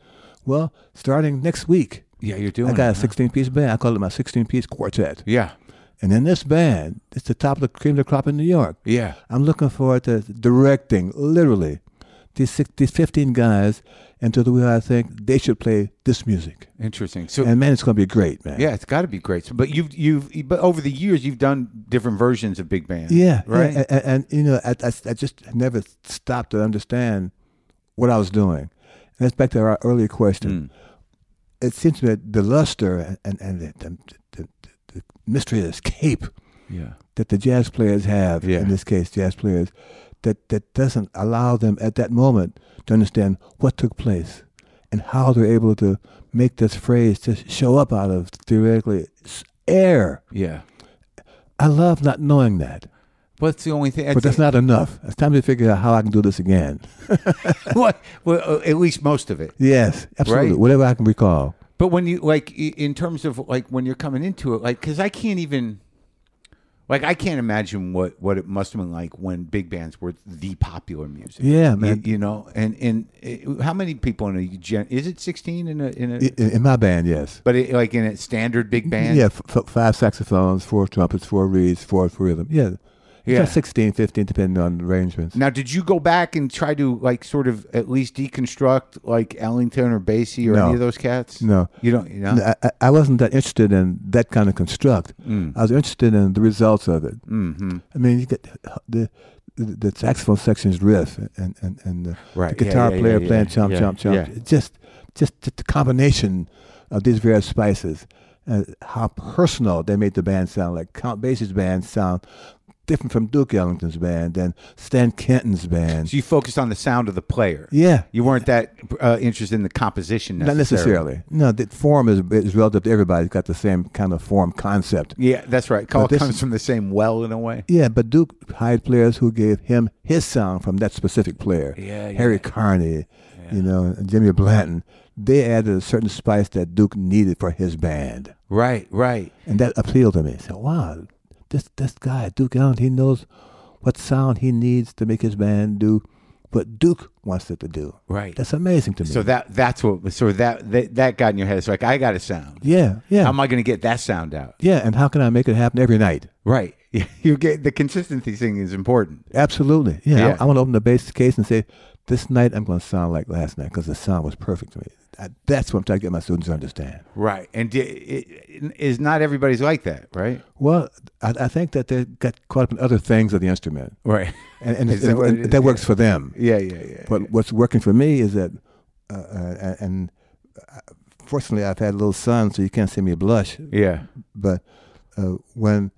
S2: Well, starting next week,
S1: Yeah, you're doing
S2: I got
S1: it,
S2: a
S1: huh?
S2: 16 piece band. I call it my 16 piece quartet.
S1: Yeah.
S2: And in this band, it's the top of the cream of the crop in New York.
S1: Yeah.
S2: I'm looking forward to directing, literally, these, six, these 15 guys into the way I think they should play this music.
S1: Interesting. So
S2: And man, it's going to be great, man.
S1: yeah, it's got to be great. So, but you've you've but over the years you've done different versions of big band.
S2: Yeah.
S1: Right.
S2: And, and, and, you know, I, I, I just never stopped to understand what I was doing. And that's back to our earlier
S1: Hmm.
S2: question.
S1: Mm.
S2: It seems to me that the luster and, and the, the, the, the mystery of this cape
S1: yeah.
S2: that the jazz players have,
S1: Yeah.
S2: in this case, jazz players, that, that doesn't allow them at that moment to understand what took place and how they're able to make this phrase just show up out of theoretically s- air.
S1: Yeah.
S2: I love not knowing that,
S1: But it's the only thing. I
S2: but that's
S1: think-
S2: not enough. It's time to figure out how I can do this again.
S1: well, well, uh, at least most of it.
S2: Yes, absolutely.
S1: Right.
S2: Whatever I can recall.
S1: But when you like, i- in terms of like when you're coming into it, like because I can't even, like I can't imagine what what it must have been like when big bands were the popular music.
S2: Yeah,
S1: You-
S2: man.
S1: You, know, and and uh, how many people in a gen? Is it sixteen in a in a?
S2: I- In, in my band, yes.
S1: but it, like in a standard big band.
S2: Yeah, f- f- five saxophones, four trumpets, four reeds, four for rhythm. Yeah. It's
S1: Yeah.
S2: like 16, 15, depending on the arrangements.
S1: Now, did you go back and try to like sort of at least deconstruct like Ellington or Basie or
S2: No.
S1: any of those cats?
S2: No.
S1: you don't. You know?
S2: No, I- I, I wasn't that interested in that kind of construct.
S1: Mm.
S2: I was interested in the results of it.
S1: Mm-hmm.
S2: I mean, you get the the, the saxophone section's riff and and and the,
S1: Right,
S2: the
S1: yeah,
S2: guitar
S1: yeah,
S2: player
S1: yeah,
S2: playing
S1: yeah,
S2: chomp
S1: yeah,
S2: chomp chomp.
S1: yeah.
S2: It Just just the, the combination of these various spices and how personal they made the band sound. Like Count Basie's band sound different from Duke Ellington's band and Stan Kenton's band.
S1: So you focused on the sound of the player.
S2: yeah.
S1: You weren't that uh, interested in the composition
S2: Not
S1: necessarily.
S2: necessarily. No, the form is, is relative to everybody. It's got the same kind of form concept.
S1: Yeah, that's right. It all
S2: But this-
S1: comes from the same well in a way.
S2: Yeah, but Duke hired players who gave him his sound from that specific player.
S1: Yeah, yeah.
S2: Harry Carney, you know, and Jimmy Blanton. They added a certain spice that Duke needed for his band,
S1: Right, right.
S2: and that appealed to me. I said, "Wow, this this guy Duke Allen, he knows what sound he needs to make his band do what Duke wants it to do."
S1: Right.
S2: That's amazing to me.
S1: So that that's what so that that, that got in your head. It's like I got a sound.
S2: yeah, yeah,
S1: How am I going to get that sound out?
S2: yeah. And how can I make it happen every night?
S1: Right. You get the consistency thing is important.
S2: Absolutely. Yeah.
S1: Yeah.
S2: I, want to open the bass case and say, this night I'm going to sound like last night because the sound was perfect to me. I, that's what I'm trying to get my students to understand.
S1: Right. And di- it, it is not everybody's like that, right?
S2: Well, I, I think that they got caught up in other things of the instrument,
S1: Right.
S2: and, and,
S1: Is that what
S2: and-
S1: it is?
S2: that works for them.
S1: Yeah, yeah, yeah.
S2: But what's working for me is that, uh, uh, and uh, fortunately, I've had a little sun, so you can't see me blush.
S1: Yeah.
S2: But uh, when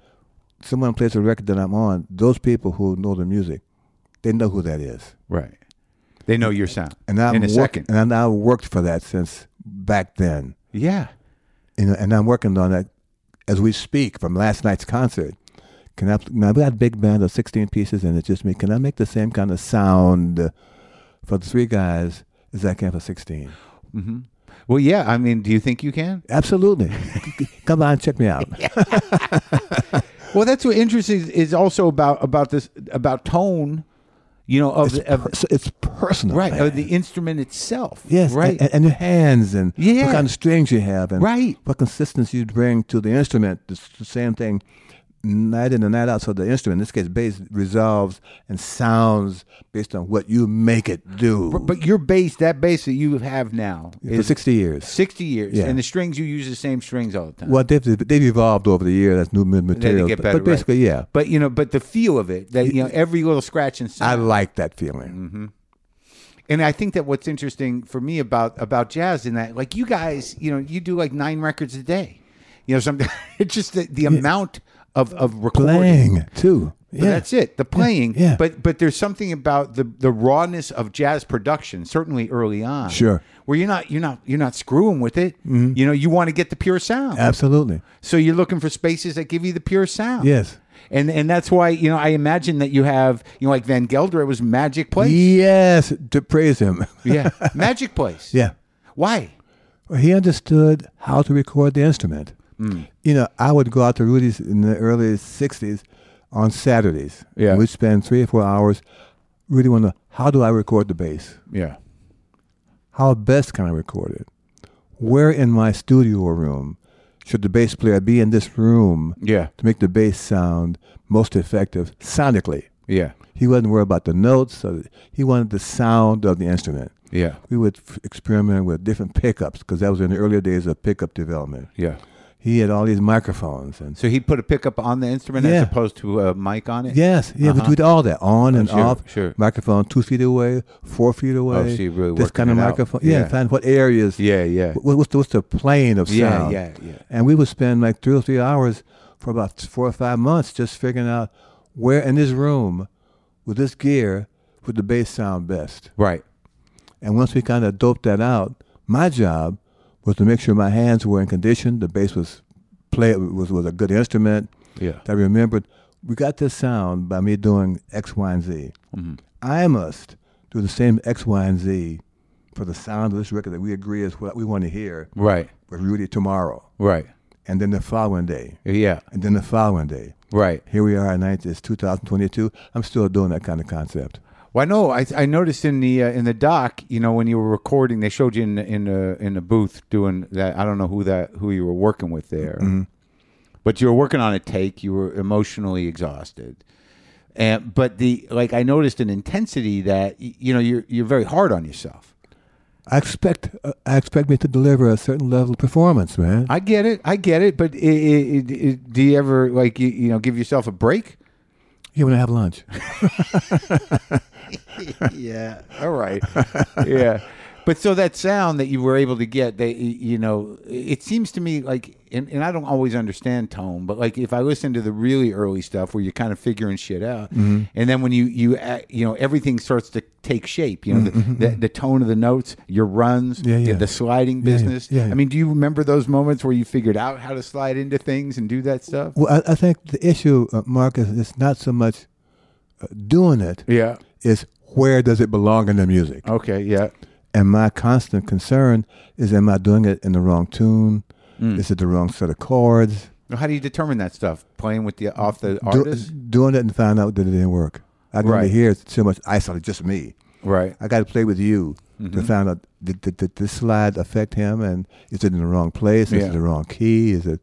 S2: someone plays a record that I'm on, those people who know the music, they know who that is.
S1: Right. They know your sound.
S2: And I'm
S1: in a
S2: work-
S1: second.
S2: And I- I've worked for that since back then.
S1: Yeah.
S2: You know, and I'm working on that as we speak from last night's concert. Can I? Now we got a big band of 16 pieces, and it's just me. Can I make the same kind of sound for the three guys as I can for 16?
S1: Mm-hmm. Well, yeah. I mean, do you think you can?
S2: Absolutely. Come on, check me out.
S1: Well, that's what interesting is also about about this about tone. You know, of,
S2: It's,
S1: the- of
S2: pers- it's personal,
S1: right Uh,
S2: man.
S1: of the instrument itself.
S2: Yes,
S1: Right.
S2: and, and your hands and
S1: Yeah.
S2: what kind of strings you have and
S1: Right.
S2: what consistency you bring to the instrument. It's the same thing night in and night out. So the instrument, in this case, bass resolves and sounds based on what you make it do
S1: but your bass, that bass that you have now,
S2: for
S1: is
S2: sixty years.
S1: 60 years,
S2: Yeah.
S1: and the strings you use the same strings all the time.
S2: Well, they've, they've evolved over the year. That's new material.
S1: get
S2: but-
S1: better,
S2: but basically, yeah,
S1: But you know, but the feel of it, that you know, every little scratch and sound.
S2: I like that feeling.
S1: Mm-hmm. and I think that what's interesting for me about about jazz in that, like you guys, you know, you do like nine records a day. You know, sometimes it's just the, the amount of of recording.
S2: Playing too.
S1: But
S2: Yeah,
S1: that's it. The playing.
S2: yeah.
S1: But but there's something about the the rawness of jazz production, certainly early on.
S2: Sure.
S1: Where you're not you're not you're not screwing with it. You know, you want to get the pure sound.
S2: absolutely.
S1: so you're looking for spaces that give you the pure sound.
S2: Yes.
S1: And and that's why, you know, I imagine that you have, you know, like Van Gelder, it was Magic Place.
S2: Yes, to praise him.
S1: Yeah. Magic Place.
S2: yeah.
S1: Why?
S2: Well, he understood how to record the instrument.
S1: Mm.
S2: You know, I would go out to Rudy's in the early 60s on Saturdays.
S1: Yeah.
S2: We'd spend three or four hours. Rudy wanted to know, how do I record the bass?
S1: Yeah.
S2: How best can I record it? Where in my studio room should the bass player be in this room
S1: Yeah.
S2: to make the bass sound most effective sonically?
S1: Yeah.
S2: He wasn't worried about the notes. So he wanted the sound of the instrument.
S1: Yeah.
S2: We would f- experiment with different pickups because that was in the earlier days of pickup development
S1: Yeah.
S2: he had all these microphones and
S1: So he put a pickup on the instrument
S2: Yeah.
S1: as opposed to a mic on it?
S2: yes yeah we did all that on and
S1: Uh-huh. Oh, sure,
S2: off
S1: sure. Oh,
S2: microphone two feet away four feet away
S1: so you really
S2: this
S1: working
S2: kind of
S1: it out.
S2: microphone yeah,
S1: Yeah.
S2: find what areas
S1: Yeah, yeah.
S2: wh- what's, the, what's the plane of
S1: Yeah,
S2: sound
S1: yeah, yeah.
S2: and we would spend like three or three hours for about four or five months just figuring out where in this room with this gear would the bass sound best
S1: Right.
S2: And once we kind of doped that out, my job was to make sure my hands were in condition, the bass was play was was a good instrument.
S1: Yeah.
S2: I remembered we got this sound by me doing X, Y, and Z.
S1: Mm-hmm.
S2: I must do the same X, Y, and Z for the sound of this record that we agree is what we want to hear
S1: Right.
S2: with Rudy tomorrow,
S1: Right.
S2: and then the following day,
S1: Yeah.
S2: and then the following day.
S1: Right.
S2: Here we are, and it's 2022. I'm still doing that kind of concept.
S1: Well, I know. I, I noticed in the uh, in the doc, you know, when you were recording, they showed you in in a, in a booth doing that. I don't know who that who you were working with there, but you were working on a take. You were emotionally exhausted, and but the like I noticed an intensity that y- you know you're you're very hard on yourself.
S2: I expect uh, I expect me to deliver a certain level of performance, man.
S1: I get it. I get it. But i i i i do you ever like you, you know give yourself a break?
S2: Yeah, when I have lunch.
S1: yeah. All right. yeah. But so that sound that you were able to get, they, you know, it seems to me like, and, and I don't always understand tone, but like if I listen to the really early stuff where you're kind of figuring shit out,
S2: Mm-hmm.
S1: and then when you you act- you know everything starts to take shape, you know, the, the, the tone of the notes, your runs,
S2: Mm-hmm. Yeah, yeah.
S1: The, the sliding
S2: yeah.
S1: business.
S2: Yeah, yeah.
S1: I mean, do you remember those moments where you figured out how to slide into things and do that stuff?
S2: Well, I, I think the issue, uh, Mark, is it's not so much uh, doing it,
S1: Yeah.
S2: it's where does it belong in the music?
S1: Okay. Yeah.
S2: And my constant concern is am I doing it in the wrong tune? Is it the wrong set of chords?
S1: Mm. How do you determine that stuff? Playing with the off the
S2: Do-
S1: artist,
S2: doing it and find out that it didn't work. I didn't
S1: Right.
S2: hear so much isolated, just me.
S1: right?
S2: I got to play with you
S1: Mm-hmm.
S2: to find out did, did, did this slide affect him and is it in the wrong place? Is
S1: Yeah.
S2: it the wrong key? Is it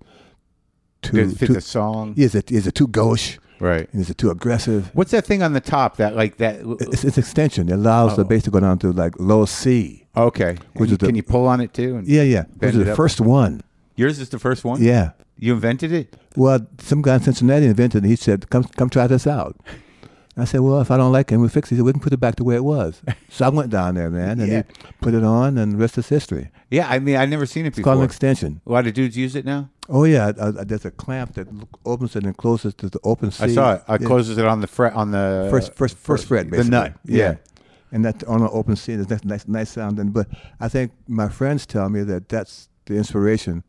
S2: too,
S1: Does it fit
S2: too
S1: the song?
S2: is it is it too gauche?
S1: Right.
S2: And is it too aggressive?
S1: What's that thing on the top that like that?
S2: It's, it's extension. It allows the bass to go down to like low C.
S1: Okay.
S2: Which
S1: And
S2: is the-
S1: can you pull on it too? And
S2: Yeah, yeah.
S1: Bend
S2: Which is
S1: it
S2: the
S1: up.
S2: first one.
S1: Yours is the first one.
S2: Yeah.
S1: You invented it.
S2: Well, some guy in Cincinnati invented it. He said, "Come, come, try this out." I said, well, if I don't like it, we fix it. He said, we can put it back the way it was. So I went down there, man, and
S1: Yeah.
S2: he put it on, and the rest is history.
S1: Yeah, I mean, I've never seen it
S2: It's called an
S1: before.
S2: extension.
S1: A lot of dudes use it now.
S2: Oh, yeah. Uh, uh, there's a clamp that l- opens it and closes to the open seat.
S1: I saw it. I
S2: Yeah.
S1: closes it on the fret on the
S2: first, first, first fret,
S1: the
S2: basically.
S1: nut. Yeah.
S2: And that on an open scene, is that nice, nice sound. And but I think my friends tell me that that's the inspiration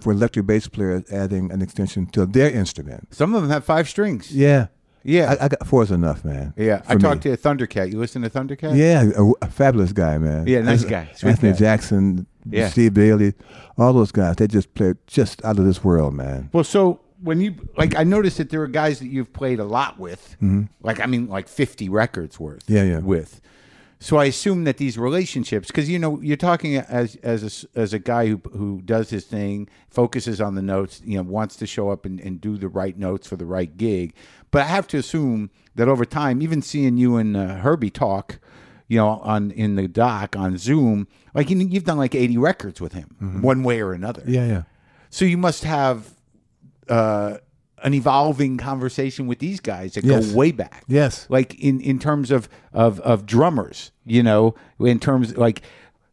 S2: for electric bass players adding an extension to their instrument.
S1: Some of them have five strings. Yeah,
S2: Yeah,
S1: yeah.
S2: I, I got four is enough, man.
S1: I,
S2: for me.
S1: talked to a Thundercat. You listen to Thundercat?
S2: Yeah, a, a fabulous guy, man.
S1: Yeah, nice guy. Sweet
S2: Anthony
S1: guy.
S2: Jackson,
S1: Yeah.
S2: Steve Bailey, all those guys. They just played just out of this world, man.
S1: Well, so when you like, I noticed that there are guys that you've played a lot with. Like, I mean, like fifty records worth.
S2: Mm-hmm. Yeah, yeah.
S1: With. So I assume that these relationships, because you know, you're talking as as a, s- as a guy who who does his thing, focuses on the notes, you know, wants to show up and, and do the right notes for the right gig. But I have to assume that over time, even seeing you and uh, Herbie talk, you know, on in the dock on Zoom, like you, you've done like 80 records with him, one way or another.
S2: Mm-hmm. Yeah, yeah.
S1: So you must have uh, an evolving conversation with these guys that
S2: Yes.
S1: go way back.
S2: Yes.
S1: Like in, in terms of, of of drummers, you know, in terms like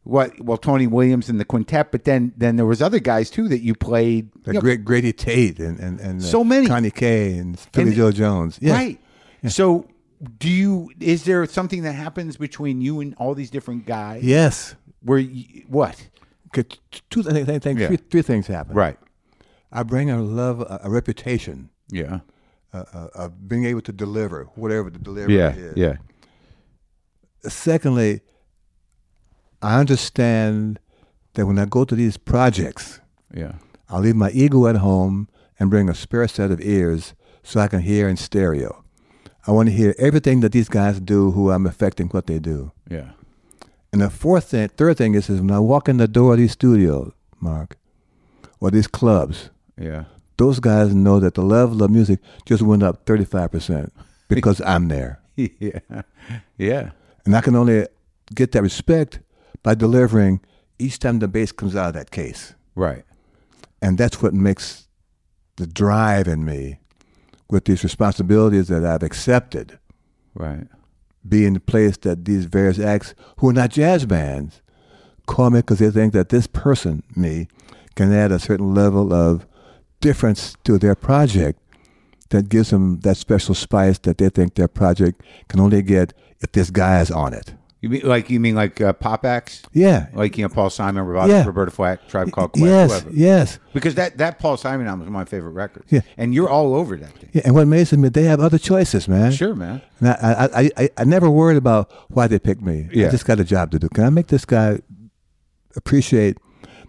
S1: what well Tony Williams and the quintet, but then then there was other guys too that you played.
S2: The
S1: you know,
S2: great Grady Tate and and, and uh,
S1: So many.
S2: Connie Kay and Philly
S1: And-
S2: Joe Jones. Yeah.
S1: Right. So do you is there something that happens between you and all these different guys
S2: Yes.
S1: where you, what?
S2: 'Cause t- t- Two things. Three,
S1: Yeah.
S2: three, three things happen. I bring a love, a, a reputation
S1: Yeah.
S2: uh, uh, of being able to deliver whatever the delivery
S1: Yeah.
S2: is.
S1: Yeah.
S2: Secondly, I understand that when I go to these projects,
S1: Yeah.
S2: I'll leave my ego at home and bring a spare set of ears so I can hear in stereo. I want to hear everything that these guys do, who I'm affecting what they do.
S1: Yeah.
S2: And the fourth thing, third thing is, is when I walk in the door of these studios, Mark, or these clubs,
S1: Yeah.
S2: those guys know that the level of music just went up 35% because I'm there.
S1: yeah. Yeah.
S2: And I can only get that respect by delivering each time the bass comes out of that case.
S1: Right.
S2: And that's what makes the drive in me with these responsibilities that I've accepted
S1: Right.
S2: be in the place that these various acts who are not jazz bands call me because they think that this person, me, can add a certain level of difference to their project that gives them that special spice that they think their project can only get if this guy is on it.
S1: You mean like you mean like uh, pop acts,
S2: Yeah.
S1: like you know Paul Simon, Roberta,
S2: Yeah.
S1: Roberta Flack, Tribe Called Quest,
S2: Yes,
S1: whoever.
S2: yes.
S1: Because that that Paul Simon album is one of my favorite records.
S2: Yeah.
S1: and you're all over that thing.
S2: Yeah, and what amazes me, they have other choices, man.
S1: Sure, man.
S2: And I, I, I, I, I never worried about why they picked me.
S1: Yeah.
S2: I just got a job to do. Can I make this guy appreciate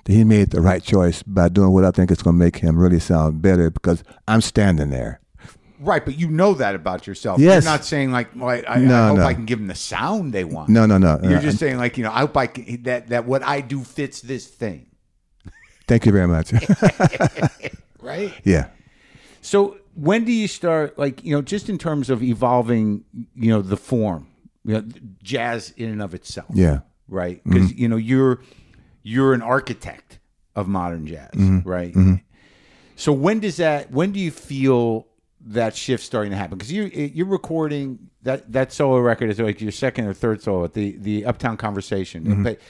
S2: that he made the right choice by doing what I think is going to make him really sound better because I'm standing there.
S1: Right, but you know that about yourself.
S2: Yes.
S1: You're not saying like, like I, I
S2: No,
S1: hope
S2: no.
S1: I can give them the sound they want.
S2: No, no, no.
S1: you're
S2: Uh,
S1: just saying like you know I hope I can, that that what I do fits this thing,
S2: Thank you very much.
S1: right?
S2: yeah.
S1: So when do you start like you know just in terms of evolving you know the form, you know, jazz in and of itself.
S2: Yeah.
S1: right? Because you know you're you're an architect of modern jazz, right? So when does that? When do you feel that shift starting to happen? Because you you're recording that that solo record is like your second or third solo at the the Uptown Conversation, but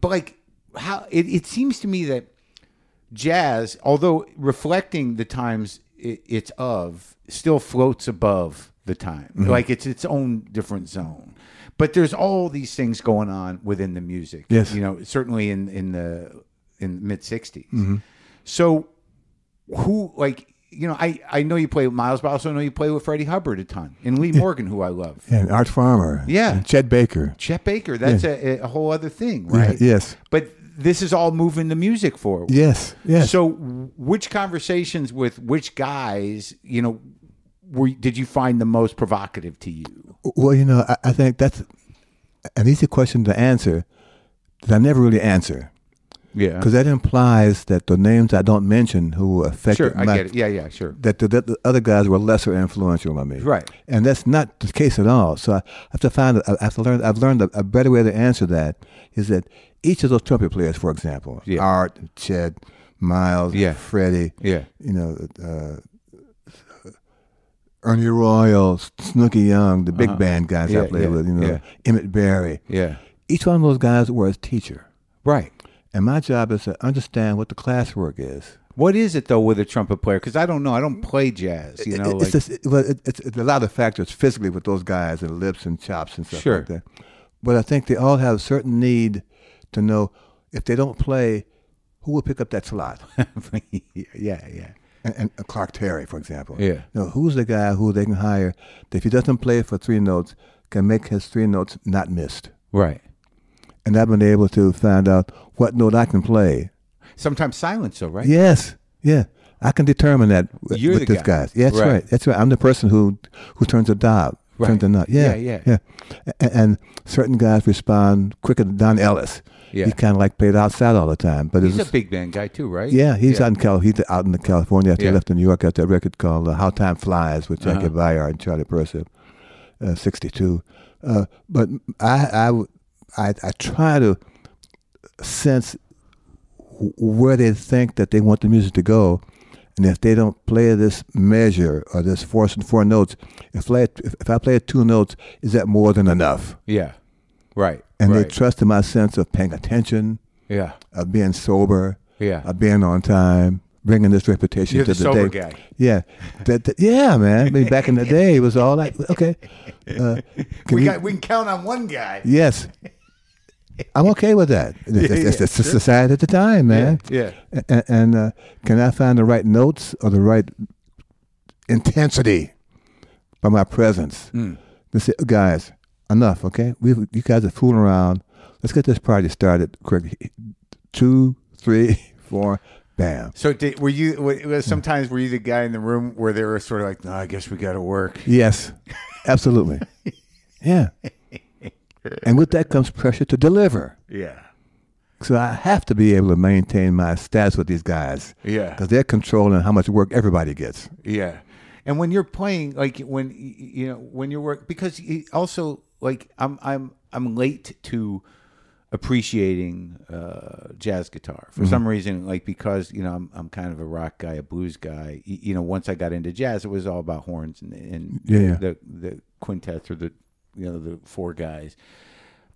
S1: but like how it, it seems to me that jazz, although reflecting the times it, it's of, still floats above the time. Like it's its own different zone. But there's all these things going on within the music.
S2: Yes.
S1: You know, certainly in, in the in mid 60s. So who like you know, I, I know you play with Miles, but I also know you play with Freddie Hubbard a ton and Lee Morgan, who I love.
S2: And Art Farmer.
S1: Yeah.
S2: And Chet Baker.
S1: Chet Baker, that's a, a whole other thing, right?
S2: Yeah, yes.
S1: But this is all moving the music forward.
S2: Yes. Yes.
S1: So, which conversations with which guys, you know, were did you find the most provocative to you?
S2: well, you know, I, I think that's an easy question to answer that I never really answer.
S1: Yeah,
S2: Because that implies that the names I don't mention who affected
S1: sure, I
S2: my,
S1: get it. Yeah, yeah, sure.
S2: that the, that the other guys were lesser influential on me.
S1: Right.
S2: And that's not the case at all. So I have to find, I have to learn, I've learned a, a better way to answer that is that each of those trumpet players, for example,
S1: Yeah.
S2: Art, Chet, Miles,
S1: Yeah.
S2: Freddie,
S1: Yeah,
S2: you know, uh, Ernie Royal, Snooky Young, the big
S1: Uh-huh.
S2: band guys
S1: Yeah,
S2: I played
S1: yeah,
S2: with, you know,
S1: yeah.
S2: Emmett Berry.
S1: Yeah.
S2: Each one of those guys were a teacher.
S1: Right.
S2: And my job is to understand what the classwork is.
S1: What is it though with a trumpet player? Because I don't know. I don't play jazz. You know,
S2: It-
S1: like,
S2: it's, just, it- well, it- it's, it's a lot of factors physically with those guys and lips and chops and stuff
S1: Sure.
S2: like that. But I think they all have a certain need to know if they don't play, who will pick up that slot?
S1: yeah, yeah,
S2: and, and uh, Clark Terry, for example.
S1: Yeah.
S2: You know, who's the guy who they can hire that if he doesn't play for three notes, can make his three notes not missed.
S1: right.
S2: And I've been able to find out what note I can play.
S1: Sometimes silence, though, right?
S2: Yes, yeah, I can determine that with,
S1: You're
S2: with
S1: the
S2: this
S1: guy.
S2: guy. Yeah, that's
S1: Right.
S2: right. That's right. I'm the person who who turns a knob,
S1: Right.
S2: turns a knot. Yeah,
S1: Yeah,
S2: yeah. And, and certain guys respond quicker than Don Ellis.
S1: Yeah.
S2: He kind of like played outside all the time, but
S1: He's a
S2: it's,
S1: big band guy too, right?
S2: yeah, he's out in Cal. He's out in California after
S1: Yeah. Uh-huh.
S2: he left New York. Got that record called uh, "How Time Flies" with Jackie Bayard and Charlie Purcell, uh, '62. Uh, but I, I w- I- I try to sense wh- where they think that they want the music to go, and if they don't play this measure or this four four notes, if I if, if I play two notes, is that more than enough?
S1: yeah, right.
S2: And
S1: right.
S2: they trust in my sense of paying attention,
S1: yeah,
S2: of being sober
S1: yeah.
S2: uh, being on time, bringing this reputation
S1: You're
S2: to
S1: the
S2: the,
S1: sober
S2: day.
S1: guy.
S2: Yeah, that, that- yeah, man. I mean, back in the day, it was all like, okay, uh, can
S1: we
S2: you-
S1: got we can count on one guy.
S2: yes, I'm okay with that. It's, it's, it's, the society at the time, man.
S1: yeah.
S2: And, and uh, can I find the right notes or the right intensity by my presence? They say, guys, enough, okay? We you guys are fooling around. Let's get this party started quick. Two, three, four, bam.
S1: So did, were you? were- was- Sometimes were you the guy in the room where they were sort of like, "No, I guess we got to work."
S2: Yes, absolutely. yeah. And with that comes pressure to deliver.
S1: Yeah,
S2: So I have to be able to maintain my stats with these guys
S1: yeah,
S2: because they're controlling how much work everybody gets.
S1: yeah. And when you're playing, like when y- y- you know when you're work, because y- also like I'm I'm I'm late to appreciating uh, jazz guitar for
S2: Mm-hmm.
S1: some reason. Like because you know I'm I'm kind of a rock guy, a blues guy. Y- you know, once I got into jazz, it was all about horns and, and
S2: Yeah, yeah.
S1: the the quintets or the you know the four guys.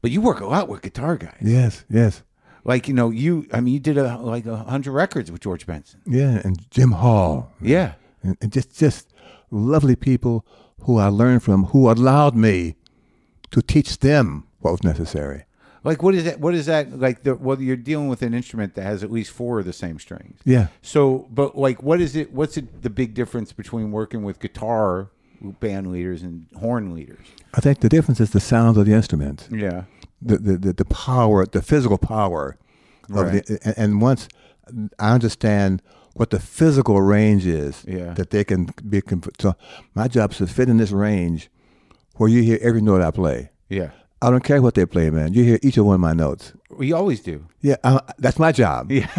S1: But you work a lot with guitar guys.
S2: Yes, yes.
S1: Like you know, you I mean, you did a, like a hundred records with George Benson.
S2: Yeah, and Jim Hall.
S1: Yeah,
S2: And, and just, just lovely people who I learned from who allowed me to teach them what was necessary.
S1: like what is that? What is that? Like the well, you're dealing with an instrument that has at least four of the same strings.
S2: Yeah.
S1: So, but like, what is it? What's it, the big difference between working with guitar band leaders and horn leaders?
S2: I think the difference is the sound of the instrument.
S1: Yeah,
S2: the the, the, the power, the physical power of
S1: Right.
S2: the, and, and once I understand what the physical range is
S1: Yeah.
S2: that they can be conf- so my job is to fit in this range where you hear every note I play.
S1: yeah.
S2: I don't care what they play, man. You hear each of one of my notes.
S1: We always do.
S2: Yeah, I, that's my job.
S1: Yeah,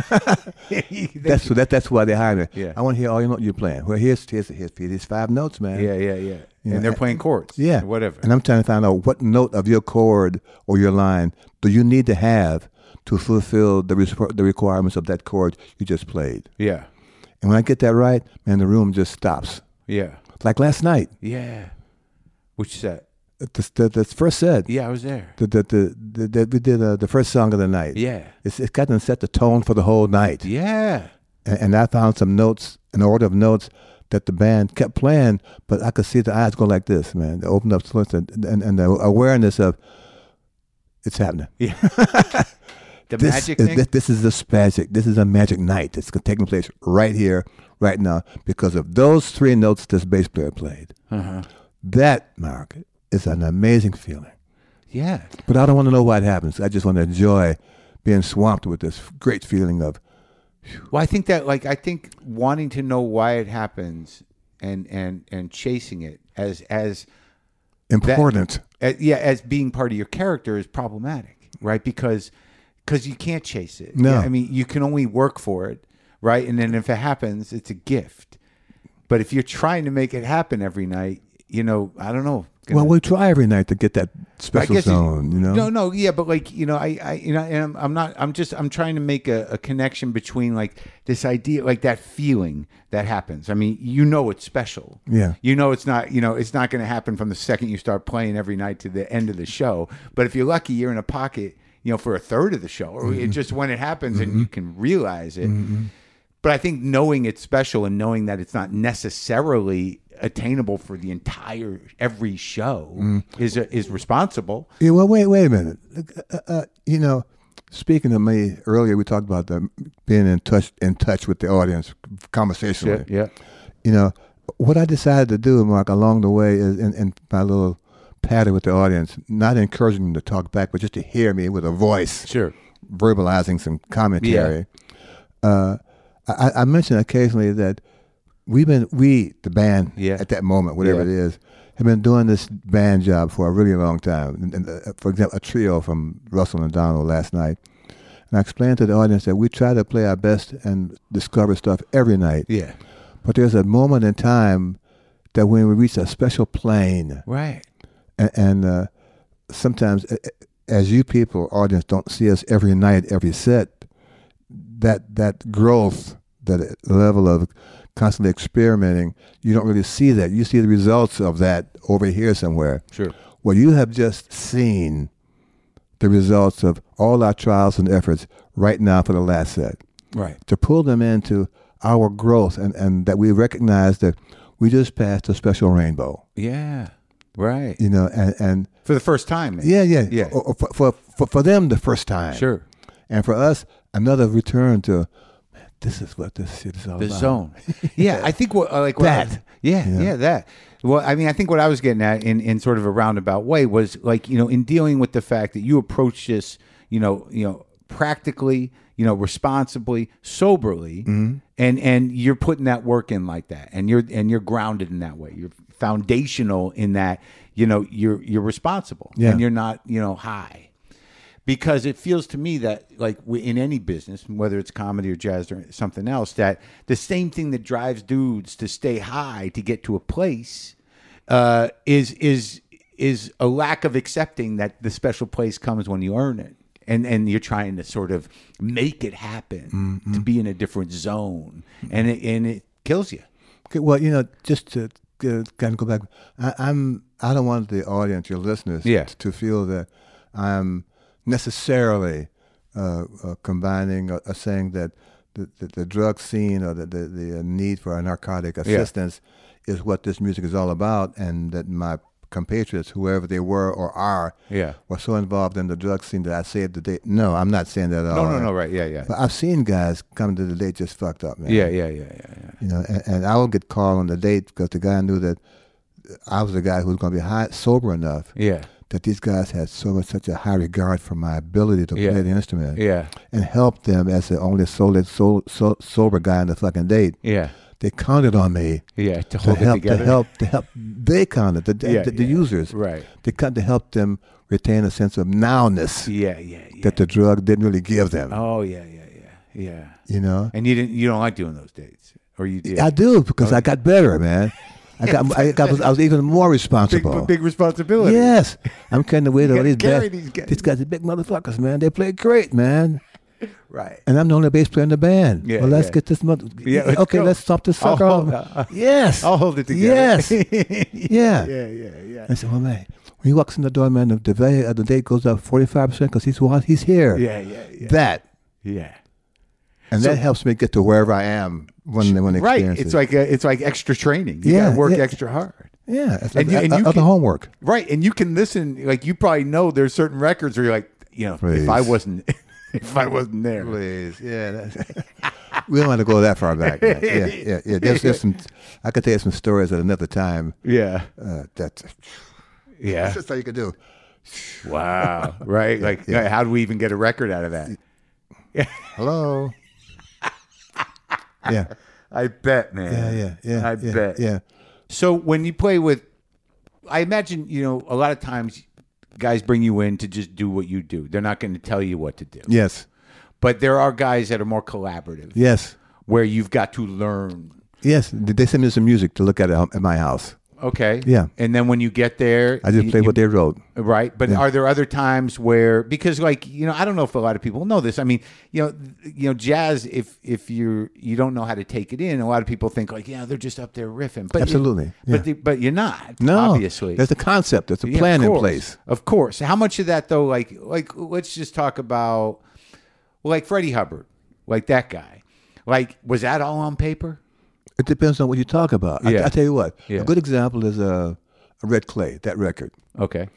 S2: That's that, that's why they hire me.
S1: Yeah.
S2: I want to hear all your notes you're playing. Well, here's here's here's, here's five notes, man.
S1: yeah, yeah, yeah. And they're playing chords.
S2: Yeah.
S1: whatever.
S2: And I'm trying to find out what note of your chord or your line do you need to have to fulfill the, res- the requirements of that chord you just played.
S1: yeah,
S2: And when I get that right, man, the room just stops.
S1: yeah,
S2: Like last night,
S1: yeah. Which set?
S2: the, the, the first set,
S1: Yeah, I was there.
S2: the, the, the, the, the, we did uh, the first song of the night.
S1: Yeah,
S2: It's, it's gotten set the tone for the whole night.
S1: yeah.
S2: And, and I found some notes, an order of notes that the band kept playing, but I could see the eyes go like this, man. They opened up slits and, and, and the awareness of it's happening.
S1: The
S2: this,
S1: magic
S2: is,
S1: thing.
S2: This, this is this magic. This is a magic night that's taking place right here, right now, because of those three notes this bass player played.
S1: uh-huh.
S2: That, Mark, is an amazing feeling.
S1: Yeah.
S2: But I don't want to know why it happens. I just want to enjoy being swamped with this great feeling of
S1: Well, I think that like I think wanting to know why it happens and and and chasing it as as
S2: important.
S1: uh, yeah as being part of your character is problematic right because because you can't chase it
S2: No.
S1: i mean you can only work for it right and then if it happens it's a gift but if you're trying to make it happen every night you know i don't know
S2: well, we try every night to get that special
S1: it-
S2: zone. You know,
S1: No, Oh, no, yeah, but like you know, I, I you know, and I'm, I'm not. I'm just. I'm trying to make a, a connection between like this idea, like that feeling that happens. I mean, you know, it's special.
S2: Yeah.
S1: you know, it's not. You know, it's not going to happen from the second you start playing every night to the end of the show. But if you're lucky, you're in a pocket. You know, for a third of the show, or it just when it happens and you can realize it. But I think knowing it's special and knowing that it's not necessarily attainable for the entire every show is is responsible.
S2: Yeah, well, wait, wait a minute. Look, Uh, uh, you know, speaking of me earlier, we talked about the, being in touch in touch with the audience conversationally.
S1: yeah.
S2: You know, what I decided to do, Mark, along the way, is in, in my little patter with the audience, not encouraging them to talk back, but just to hear me with a voice,
S1: Sure.
S2: verbalizing some commentary. Uh, I, I mentioned occasionally that we've been we the band
S1: Yeah.
S2: at that moment, whatever
S1: Yeah.
S2: it is, have been doing this band job for a really long time. And, and, uh, for example, a trio from Russell and Donald last night. And I explained to the audience that we try to play our best and discover stuff every night.
S1: Yeah.
S2: But there's a moment in time that when we reach a special plane,
S1: Right.
S2: and, and uh, sometimes a- a- as you people audience don't see us every night every set that that growth that level of constantly experimenting you don't really see that you see the results of that over here somewhere
S1: Sure.
S2: well you have just seen the results of all our trials and efforts right now for the last set
S1: Right.
S2: to pull them into our growth and, and that we recognize that we just passed a special rainbow
S1: Yeah. Right.
S2: you know and, and
S1: For the first time. maybe.
S2: yeah, yeah,
S1: Yeah.
S2: Or- or for, for for for them the first time.
S1: Sure.
S2: And for us, another return to, man, this is what this shit is all
S1: The
S2: about.
S1: zone. Yeah. I think what uh, like what I-
S2: That.
S1: yeah, yeah.
S2: Yeah.
S1: That. Well, I mean, I think what I was getting at in in sort of a roundabout way was like you know in dealing with the fact that you approach this you know you know practically you know responsibly soberly
S2: Mm-hmm.
S1: and and you're putting that work in like that and you're and you're grounded in that way you're foundational in that you know you're you're responsible
S2: Yeah.
S1: and you're not you know high because it feels to me that like we- in any business whether it's comedy or jazz or something else that the same thing that drives dudes to stay high to get to a place uh, is is is a lack of accepting that the special place comes when you earn it and and you're trying to sort of make it happen
S2: Mm-hmm.
S1: to be in a different zone and it and it kills you
S2: Okay, well, you know, just to uh, kind of go back, I, I'm I don't want the audience, your listeners,
S1: Yeah.
S2: t- to feel that I'm necessarily uh, uh, combining or, or saying that the, the, the drug scene or the the, the uh, need for a narcotic assistance is what this music is all about, and that my compatriots, whoever they were or are,
S1: Yeah.
S2: were so involved in the drug scene that I saved the day. No, I'm not saying that at all.
S1: no no no right yeah yeah
S2: But I've seen guys come to the date just fucked up, man
S1: yeah yeah yeah yeah, yeah.
S2: you know, and, and I would get called on the date because the guy knew that I was the guy who was going to be high, sober enough
S1: Yeah.
S2: that these guys had so much, such a high regard for my ability to
S1: Yeah.
S2: play the instrument
S1: Yeah.
S2: and help them as the only solid, so, so, sober guy on the fucking date.
S1: Yeah.
S2: They counted on me
S1: Yeah. To
S2: to
S1: hold it
S2: help, to
S1: together.
S2: help, to help. They counted the, the,
S1: Yeah,
S2: the
S1: yeah.
S2: users.
S1: Right.
S2: They come to help them retain a sense of nowness
S1: Yeah. Yeah. Yeah.
S2: that the drug didn't really give them.
S1: oh yeah. Yeah. Yeah. Yeah.
S2: You know.
S1: And you didn't. You don't like doing those dates, or you did.
S2: I do because I got better, man. I got, I got, I was even more
S1: big,
S2: responsible.
S1: big responsibility.
S2: Yes, I'm carrying the weight of
S1: gotta
S2: these
S1: carry
S2: bad-
S1: these guys.
S2: These guys are big motherfuckers, man. They play great, man.
S1: Right.
S2: And I'm the only bass player in the band.
S1: Yeah,
S2: well, let's
S1: yeah.
S2: get this mother.
S1: Yeah, let's
S2: okay,
S1: go.
S2: let's stop this
S1: I'll
S2: sucker.
S1: hold
S2: off. yes.
S1: I'll hold it together.
S2: Yes. yeah.
S1: Yeah. Yeah. Yeah.
S2: I said, well, man, when he walks in the door, man, the, the value of the date goes up 45 percent because he's wa- he's here.
S1: Yeah. Yeah. Yeah.
S2: That
S1: yeah.
S2: and that helps me get to wherever I am when when they
S1: Right.
S2: experience
S1: It's
S2: it.
S1: like a, it's like extra training. You
S2: Yeah,
S1: gotta work
S2: yeah.
S1: extra hard.
S2: yeah,
S1: and
S2: it's like
S1: you- and
S2: o-
S1: you
S2: other
S1: can-
S2: homework.
S1: Right. And you can listen. Like you probably know there's certain records where you're like, you know, if
S2: Please.
S1: I wasn't, if I wasn't there.
S2: Please, yeah. that's- we don't want to go that far back. man. Yeah, yeah, yeah. There's, there's some. I could tell you some stories at another time.
S1: Yeah.
S2: Uh, that's
S1: Yeah.
S2: that's just all you could do.
S1: Wow. Right. Like, how do we even get a record out of that?
S2: Hello. yeah,
S1: I bet, man.
S2: yeah, yeah, yeah.
S1: I
S2: yeah,
S1: bet.
S2: Yeah,
S1: So when you play with, I imagine you know a lot of times guys bring you in to just do what you do. They're not going to tell you what to do.
S2: yes,
S1: But there are guys that are more collaborative,
S2: yes,
S1: where you've got to learn.
S2: yes. They they sent me some music to look at at my house.
S1: Okay.
S2: Yeah.
S1: And then when you get there,
S2: I just
S1: you-
S2: played
S1: you-
S2: what they wrote.
S1: Right. But
S2: Yeah.
S1: are there other times where because like, you know, I don't know if a lot of people know this. I mean, you know, th- you know, jazz if if you're you don't know how to take it in, a lot of people think like, yeah, they're just up there riffing. But you-
S2: Absolutely, yeah.
S1: But the, but you're not.
S2: No,
S1: obviously.
S2: there's a concept, there's a
S1: Yeah, of
S2: plan in
S1: course.
S2: place.
S1: Of course. How much of that though like like let's just talk about like Freddie Hubbard, like that guy. Like was that all on paper?
S2: It depends on what you talk about. I,
S1: Yeah.
S2: I tell you what,
S1: Yeah.
S2: a good example is uh, Red Clay, that record.
S1: Okay.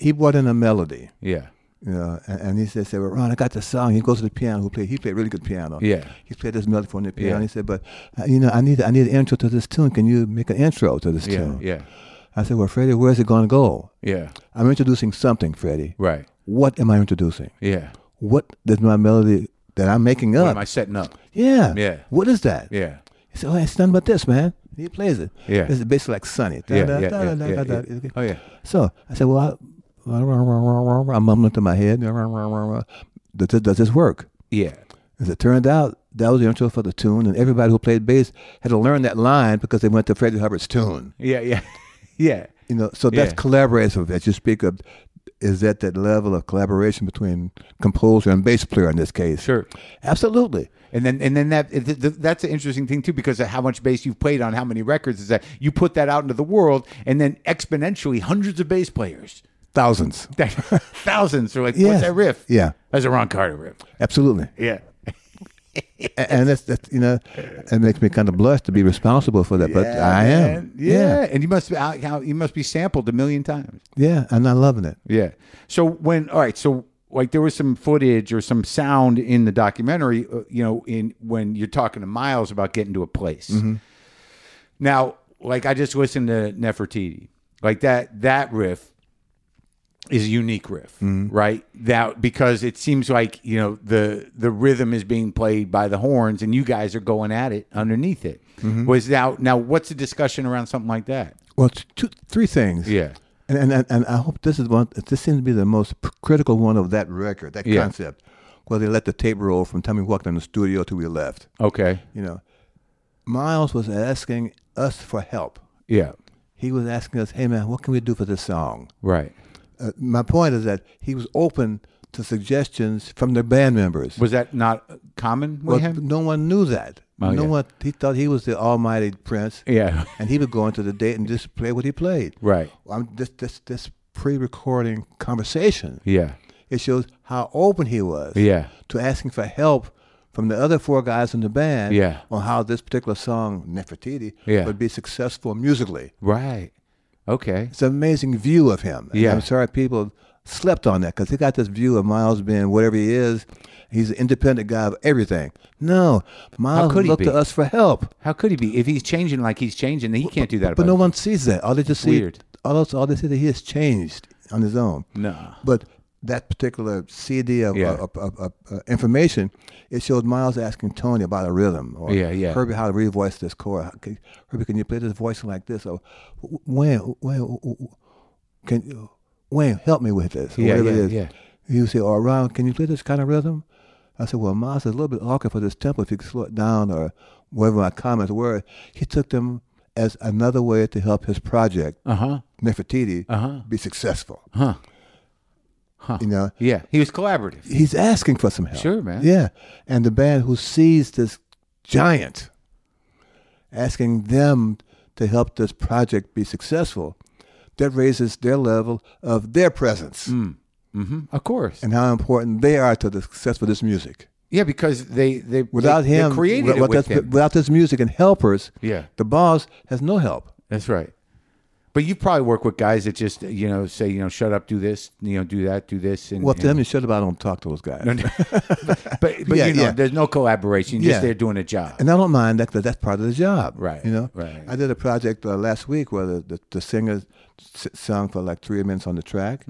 S2: He brought in a melody,
S1: Yeah.
S2: you know, and, and he said, said, well, Ron, I got the song. He goes to the piano. Who played? He played really good piano.
S1: Yeah.
S2: He played this melody for the piano.
S1: Yeah.
S2: He said, but, uh, you know, I need, I need an intro to this tune. Can you make an intro to this
S1: Yeah.
S2: tune?
S1: Yeah.
S2: I said, well, Freddie, where's it going to go?
S1: Yeah.
S2: I'm introducing something, Freddie.
S1: Right.
S2: What am I introducing?
S1: Yeah.
S2: What is my melody that I'm making
S1: What
S2: up?
S1: am I setting up?
S2: yeah.
S1: Yeah.
S2: What is that?
S1: Yeah.
S2: He said, "Oh, it's nothing but this, man." He plays it.
S1: Yeah.
S2: it's basically like Sonny.
S1: Yeah, yeah, yeah, yeah, yeah. Oh, yeah.
S2: So I said, "Well, I, I'm mumbling to my head. Does this, does this work?"
S1: Yeah.
S2: As it turned out, that was the intro for the tune, and everybody who played bass had to learn that line because they went to Freddie Hubbard's tune.
S1: Yeah. Yeah. yeah.
S2: You know, so that's
S1: Yeah.
S2: collaboration that you speak of. Is that that level of collaboration between composer and bass player in this case?
S1: Sure.
S2: absolutely.
S1: And then and then that th- th- that's an interesting thing too because of how much bass you've played on how many records is that you put that out into the world and then exponentially hundreds of bass players
S2: Thousands,
S1: that thousands are like what's
S2: Yes.
S1: that riff
S2: Yeah.
S1: that's a Ron Carter riff
S2: absolutely.
S1: yeah
S2: A- and that's, that's you know it makes me kind of blush to be responsible for that but i am
S1: Man, yeah. and you must be out, how you must be sampled a million times
S2: yeah yeah, and i'm loving it
S1: Yeah. So when all right, so like there was some footage or some sound in the documentary, uh, you know, in when you're talking to Miles about getting to a place. Now, like I just listened to Nefertiti, like that that riff is a unique riff, right? That because it seems like you know the the rhythm is being played by the horns, and you guys are going at it underneath it. Was now now what's the discussion around something like that?
S2: well t- two three things
S1: Yeah.
S2: and, and and and i hope this is one this seems to be the most p- critical one of that record that
S1: Yeah.
S2: concept where they let the tape roll from time we walked in the studio till we left
S1: Okay.
S2: you know miles was asking us for help
S1: Yeah.
S2: he was asking us hey man what can we do for this song
S1: Right.
S2: uh, my point is that he was open to suggestions from the band members
S1: Was that not common with
S2: Well,
S1: him?
S2: no one knew that.
S1: Oh,
S2: no
S1: yeah.
S2: one. He thought he was the almighty prince,
S1: Yeah.
S2: and he would go into the date and just play what he played.
S1: Right.
S2: I'm this this this pre-recording conversation.
S1: Yeah.
S2: It shows how open he was
S1: Yeah.
S2: to asking for help from the other four guys in the band
S1: Yeah.
S2: on how this particular song Nefertiti
S1: Yeah.
S2: would be successful musically.
S1: Right. Okay.
S2: It's an amazing view of him. And
S1: Yeah.
S2: I'm sorry people slept on that because they got this view of Miles being whatever he is. He's an independent guy of everything. No, Miles
S1: could he
S2: looked
S1: be?
S2: to us for help.
S1: How could he be if he's changing like he's changing? He can't do that.
S2: But
S1: about
S2: no one sees that. All they just see,
S1: Weird.
S2: all, else, all they see that he has changed on his own.
S1: No.
S2: But that particular CD of,
S1: Yeah.
S2: of, of, of, uh, information, it showed Miles asking Tony about a rhythm. Or
S1: Yeah, yeah.
S2: Herbie, how to revoice this chord. How can- Herbie, can you play this voice like this? Or Wayne, Wayne, can Wayne help me with this? Or
S1: Yeah,
S2: whatever
S1: yeah,
S2: it is.
S1: yeah.
S2: He would say, "Or Ron, can you play this kind of rhythm?" I said, "Well, Miles, it's a little bit awkward for this tempo. If you could slow it down, or whatever my comments were." He took them as another way to help his project
S1: Uh huh.
S2: Nefertiti
S1: Uh-huh.
S2: be successful.
S1: Huh.
S2: You know,
S1: Yeah. He was collaborative.
S2: he's asking for some help.
S1: Sure, man.
S2: Yeah. And the band who sees this giant asking them to help this project be successful, that raises their level of their presence
S1: hmm Of course.
S2: and how important they are to the success of this music.
S1: Yeah, because they they
S2: Without
S1: they,
S2: him,
S1: they created
S2: without,
S1: it with him.
S2: without this music and helpers,
S1: Yeah.
S2: the boss has no help.
S1: That's right. But you probably work with guys that just you know say you know shut up, do this, you know do that, do this, and
S2: Well,
S1: and-
S2: to them, you shut up. I don't talk to those guys.
S1: but but
S2: Yeah,
S1: you know
S2: yeah.
S1: there's no collaboration. Just
S2: Yeah.
S1: they're doing a job.
S2: And I don't mind that because that's part of the job.
S1: Right,
S2: You know,
S1: right.
S2: I did a project uh, last week where the, the, the singer s- sung for like three minutes on the track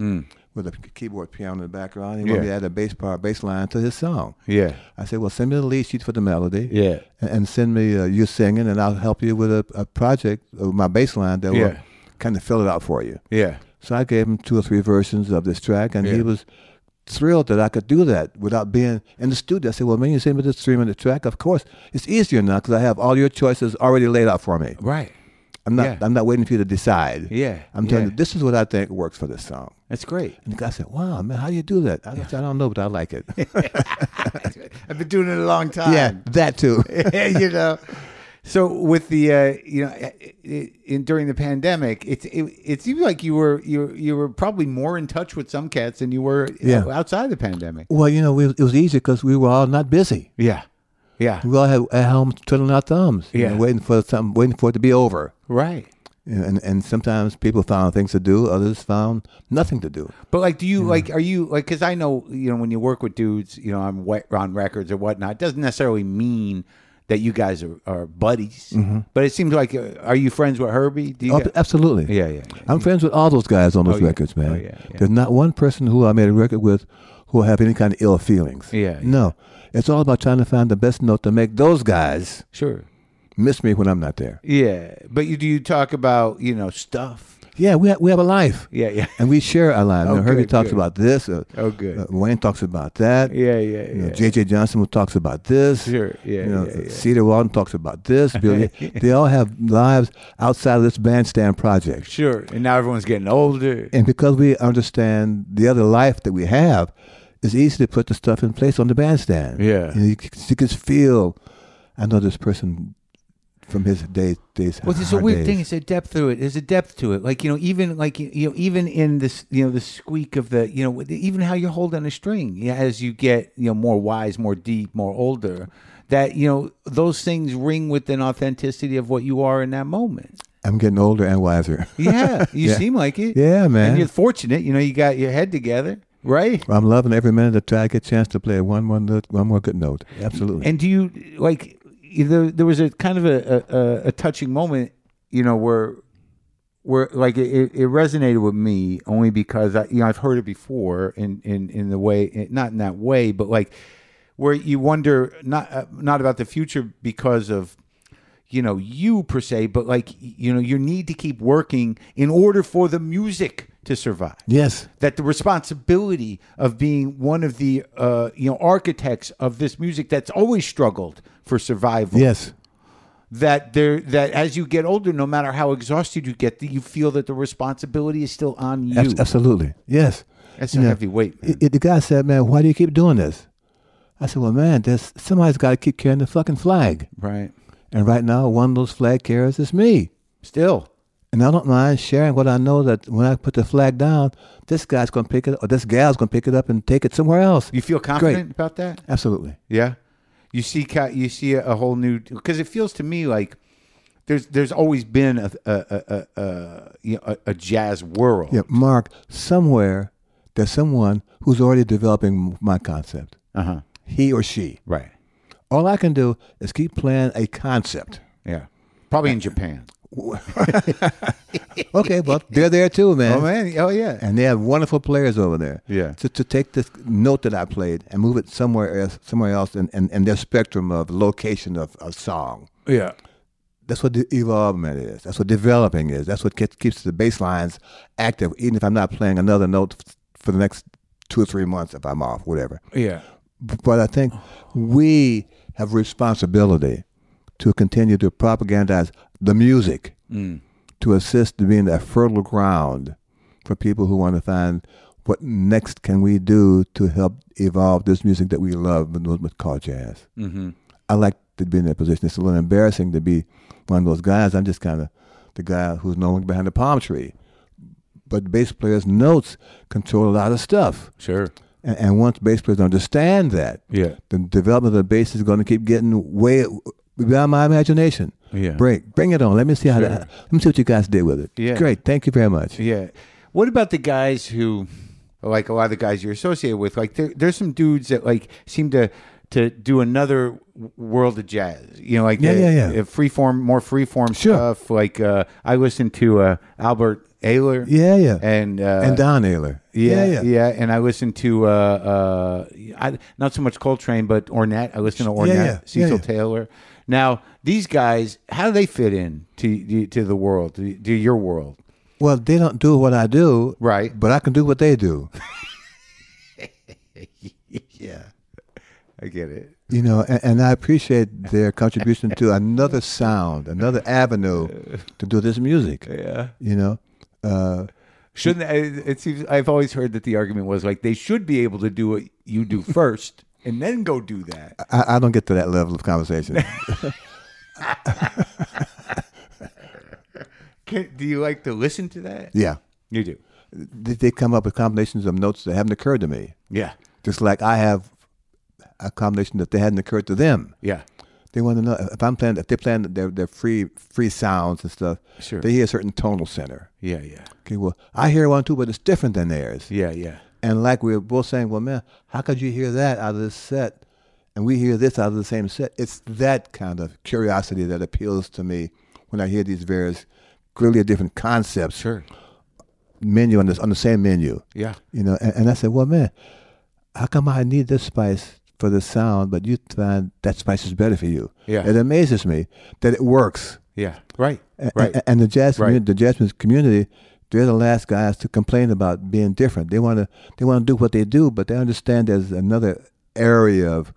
S2: with a p- keyboard piano in the background. He wanted me
S1: Mm. Yeah.
S2: to add a bass part, bass line to his song.
S1: Yeah.
S2: I said, well, send me the lead sheet for the melody.
S1: Yeah.
S2: And, and send me uh, you singing, and I'll help you with a, a project of my bass line that will
S1: Yeah.
S2: kind of fill it out for you.
S1: Yeah.
S2: So I gave him two or three versions of this track, and he
S1: Yeah.
S2: was thrilled that I could do that without being in the studio. I said, "Well, man, you send me this three-minute track. Of course, it's easier now because I have all your choices already laid out for me.
S1: Right.
S2: I'm not.
S1: Yeah.
S2: I'm not waiting for you to decide.
S1: Yeah,
S2: I'm telling
S1: yeah.
S2: you, this is what I think works for this song.
S1: That's great.
S2: And the guy said, "Wow, man, how do you do that?" I, said, I don't know, but I like it.
S1: I've been doing it a long time.
S2: yeah, that too.
S1: you know. So with the uh, you know i- i- in, during the pandemic, it's it, it seemed like you were you you were probably more in touch with some cats than you were
S2: Yeah.
S1: o- outside the pandemic.
S2: well, you know, we, it was easy because we were all not busy.
S1: Yeah, yeah,
S2: We all had at home twiddling our thumbs, you know,
S1: Yeah.
S2: waiting for something, waiting for it to be over.
S1: right.
S2: And, and and sometimes people found things to do, others found nothing to do.
S1: But like, do you like? Are you like? Because I know you know when you work with dudes, you know, on wet on records or whatnot. It doesn't necessarily mean that you guys are, are buddies. But it seems like, uh, are you friends with Herbie? Do you
S2: Ab-
S1: guys-
S2: Absolutely.
S1: yeah, yeah, yeah.
S2: I'm friends with all those guys on those
S1: yeah.
S2: records, man.
S1: Oh, yeah, yeah.
S2: There's not one person who I made a record with who I have any kind of ill feelings.
S1: Yeah, yeah.
S2: No. It's all about trying to find the best note to make those guys
S1: sure.
S2: miss me when I'm not there.
S1: Yeah, but you do you talk about you know stuff?
S2: Yeah, we have, we have a life.
S1: Yeah, yeah.
S2: And we share our life.
S1: Oh,
S2: You know, Herbie
S1: good,
S2: talks
S1: good.
S2: about this. Uh,
S1: Oh, good.
S2: uh, Wayne talks about that.
S1: Yeah, yeah,
S2: You know,
S1: yeah.
S2: J.J. Johnson talks about this.
S1: Sure, yeah,
S2: You know,
S1: yeah, yeah.
S2: Cedar Walton talks about this. Billy. they all have lives outside of this bandstand project.
S1: Sure. And now everyone's getting older.
S2: And because we understand the other life that we have, it's easy to put the stuff in place on the bandstand.
S1: Yeah.
S2: You, know, you, can, you can feel, I know this person from his days. days
S1: Well, there's a
S2: hard
S1: weird
S2: days.
S1: thing. It's a depth to it. There's a depth to it. Like you know, even like you you know, even in this you know the squeak of the you know with- even how you're holding a string. Yeah, as you get you know more wise, more deep, more older, that you know those things ring with an authenticity of what you are in that moment.
S2: I'm getting older and wiser.
S1: Yeah, you
S2: Yeah.
S1: seem like it.
S2: Yeah, man.
S1: And you're fortunate. You know, you got your head together, right?
S2: I'm loving every minute of try to get a chance to play one, one, note- one more good note. Absolutely.
S1: And do you like? There, there was a kind of a, a- a, a touching moment, you know, where where like it, it resonated with me only because I, you know, I've heard it before in in in the way, eh, not in that way, but like where you wonder not uh, not about the future because of you know you per se, but like you know, you need to keep working in order for the music to survive
S2: yes.
S1: that the responsibility of being one of the uh, you know architects of this music that's always struggled for survival.
S2: Yes.
S1: That there that as you get older, no matter how exhausted you get, that you feel that the responsibility is still on you.
S2: Abs- absolutely. Yes.
S1: That's
S2: You
S1: a
S2: know,
S1: heavy weight, man.
S2: it- it- the guy said, man, why do you keep doing this? I said, well, man, there's, somebody's got to keep carrying the fucking flag.
S1: right.
S2: And right now, one of those flag carriers is me.
S1: Still.
S2: And I don't mind sharing what I know that when I put the flag down, this guy's going to pick it or this gal's going to pick it up and take it somewhere else.
S1: You feel confident about that?
S2: Absolutely.
S1: Yeah. You see ca- you see a, a whole new because it feels to me like there's there's always been a a a, a, a, you know, a, a jazz world.
S2: Yeah, Mark, somewhere there's someone who's already developing my concept,
S1: Uh-huh.
S2: he or she.
S1: Right.
S2: All I can do is keep playing a concept.
S1: Yeah. Probably in Japan.
S2: Okay, well, they're there too, man.
S1: Oh man! Oh yeah!
S2: And they have wonderful players over there.
S1: Yeah.
S2: To, to take this note that I played and move it somewhere else, somewhere else in, in, in their spectrum of location of, of song.
S1: Yeah.
S2: That's what the evolvement is. That's what developing is. That's what ke- keeps the bass lines active, even if I'm not playing another note f- for the next two or three months if I'm off, whatever.
S1: Yeah.
S2: B- But I think we have responsibility to continue to propagandize the music to assist to being a fertile ground for people who want to find what next can we do to help evolve this music that we love and what we call jazz.
S1: Mm-hmm.
S2: I like to be in that position. It's a little embarrassing to be one of those guys. I'm just kind of the guy who's known behind the palm tree. But the bass players' notes control a lot of stuff.
S1: Sure.
S2: And, and once bass players understand that,
S1: Yeah.
S2: the development of the bass is going to keep getting way beyond my imagination.
S1: Yeah.
S2: Break, bring it on. Let me see how.
S1: Sure.
S2: that- let me see what you guys did with it.
S1: Yeah.
S2: Great. Thank you very much.
S1: Yeah. What about the guys who, like a lot of the guys you're associated with, like there, there's some dudes that like seem to to do another w- world of jazz. You know, like
S2: Yeah,
S1: the,
S2: yeah, yeah.
S1: uh, freeform, more freeform
S2: Sure.
S1: stuff. Like uh, I listened to uh, Albert Ayler.
S2: Yeah, yeah.
S1: And uh,
S2: and Don Ayler.
S1: Yeah,
S2: yeah,
S1: yeah, And I listened to uh, uh, I, not so much Coltrane, but Ornette. I listened to Ornette,
S2: Yeah, yeah,
S1: Cecil
S2: yeah, yeah.
S1: Taylor. Now these guys, how do they fit in to to the world, to, to your world?
S2: Well, they don't do what I do,
S1: Right.
S2: But I can do what they do.
S1: Yeah, I get it.
S2: You know, and, and I appreciate their contribution to another sound, another avenue to do this music.
S1: Yeah.
S2: You know, uh,
S1: Shouldn't it it seems I've always heard that the argument was like they should be able to do what you do first and then go do that.
S2: I, I don't get to that level of conversation.
S1: Can, do you like to listen to that?
S2: yeah,
S1: You do.
S2: they, they come up with combinations of notes that haven't occurred to me.
S1: Yeah.
S2: Just like I have a combination that they hadn't occurred to them.
S1: Yeah.
S2: They want to know if I'm playing, if they're playing their, their free free sounds and stuff.
S1: Sure.
S2: They hear a certain tonal center.
S1: Yeah. Yeah.
S2: Okay, well, I hear one too, but it's different than theirs.
S1: Yeah. Yeah.
S2: And like we were both saying, well, man, how could you hear that out of this set? And we hear this out of the same set. It's that kind of curiosity that appeals to me when I hear these various, clearly different concepts,
S1: Sure.
S2: menu on, this, on the same menu.
S1: Yeah.
S2: You know, and, and I said, well, man, how come I need this spice for the sound, but you find that spice is better for you?
S1: Yeah.
S2: It amazes me that it works.
S1: Yeah. Right.
S2: A-
S1: Right.
S2: a- And the jazz
S1: Right.
S2: community, the jazz community, they're the last guys to complain about being different. They want to they want to do what they do, but they understand there's another area of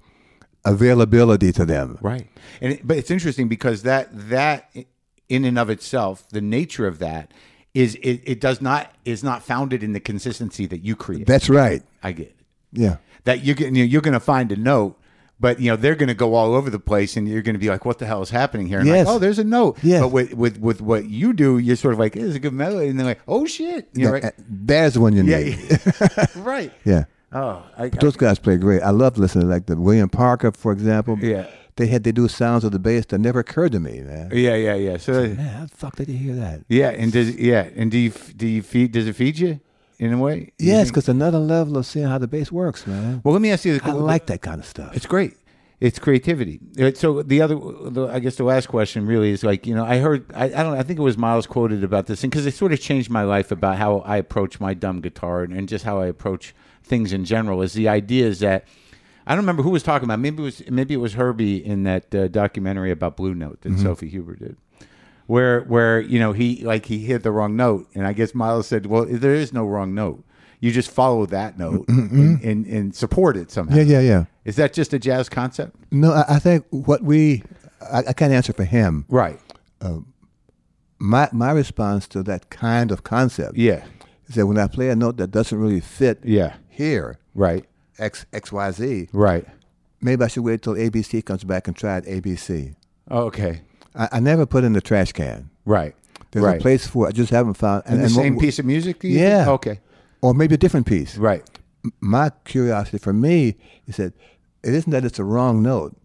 S2: availability to them.
S1: Right. And it, but it's interesting because that that i- in and of itself, the nature of that is it, it does not is not founded in the consistency that you create.
S2: That's right.
S1: I get it.
S2: Yeah.
S1: that you can, you know, you're going to find a note, but you know they're going to go all over the place, and you're going to be like, "What the hell is happening here?" And
S2: Yes.
S1: like, oh, there's a note.
S2: Yes.
S1: But with, with with what you do, you're sort of like, "This is a good melody," and they're like, "Oh shit!" You know,
S2: That-
S1: right?
S2: There's one you
S1: Yeah,
S2: need.
S1: yeah. right.
S2: yeah.
S1: Oh, I, I,
S2: Those guys play great. I love listening like the William Parker, for example.
S1: Yeah.
S2: They had they do sounds of the bass that never occurred to me, man.
S1: yeah, yeah, yeah. So
S2: Man, how the fuck did you hear that?
S1: yeah, and does yeah, and do you f- do you feed does it feed you in a way? You
S2: Yes,
S1: think-
S2: because another level of seeing how the bass works, man.
S1: Well, let me ask you. The,
S2: I like that kind of stuff.
S1: It's great. It's creativity. It- So the other, the, I guess, the last question really is like you know I heard I, I don't I think it was Miles quoted about this thing because it sort of changed my life about how I approach my dumb guitar and, and just how I approach things in general. Is the idea is that I don't remember who was talking about maybe it was maybe it was Herbie in that uh, documentary about Blue Note that Sophie Huber did where where you know he like he hit the wrong note and i guess miles said well there is no wrong note you just follow that note and, and and support it somehow
S2: Yeah, yeah, yeah.
S1: is that just a jazz concept
S2: No, I, I think what we, I, I can't answer for him.
S1: right
S2: My my response to that kind of concept
S1: yeah
S2: is that when I play a note that doesn't really fit
S1: yeah
S2: here,
S1: right
S2: X X Y Z,
S1: right
S2: maybe I should wait till ABC comes back and try it ABC.
S1: okay
S2: I, I never put in the trash can.
S1: right
S2: There's
S1: right
S2: a place for it. I just haven't found
S1: and the
S2: what-
S1: same piece of music do you think?
S2: Yeah.
S1: okay
S2: or maybe a different piece.
S1: right
S2: My curiosity for me is that it isn't that it's a wrong note;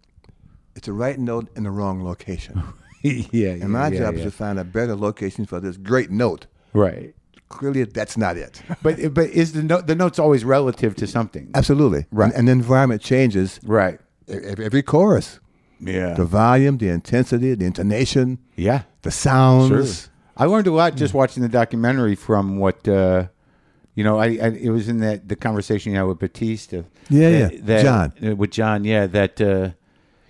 S2: it's a right note in the wrong location.
S1: yeah, yeah
S2: And my
S1: yeah,
S2: job
S1: yeah.
S2: is to find a better location for this great note.
S1: right
S2: Clearly, that's not it.
S1: but but is the note the note's always relative to something
S2: Absolutely. Right. And, and the environment changes
S1: right
S2: e- e- every chorus.
S1: yeah
S2: The volume, the intensity, the intonation,
S1: yeah
S2: the sounds.
S1: Sure. I learned a lot just
S2: Hmm.
S1: watching the documentary from what uh, you know. I, I it was in that the conversation you had with Batista.
S2: Yeah,
S1: that-
S2: yeah.
S1: that-
S2: John.
S1: uh, with John. Yeah, that uh,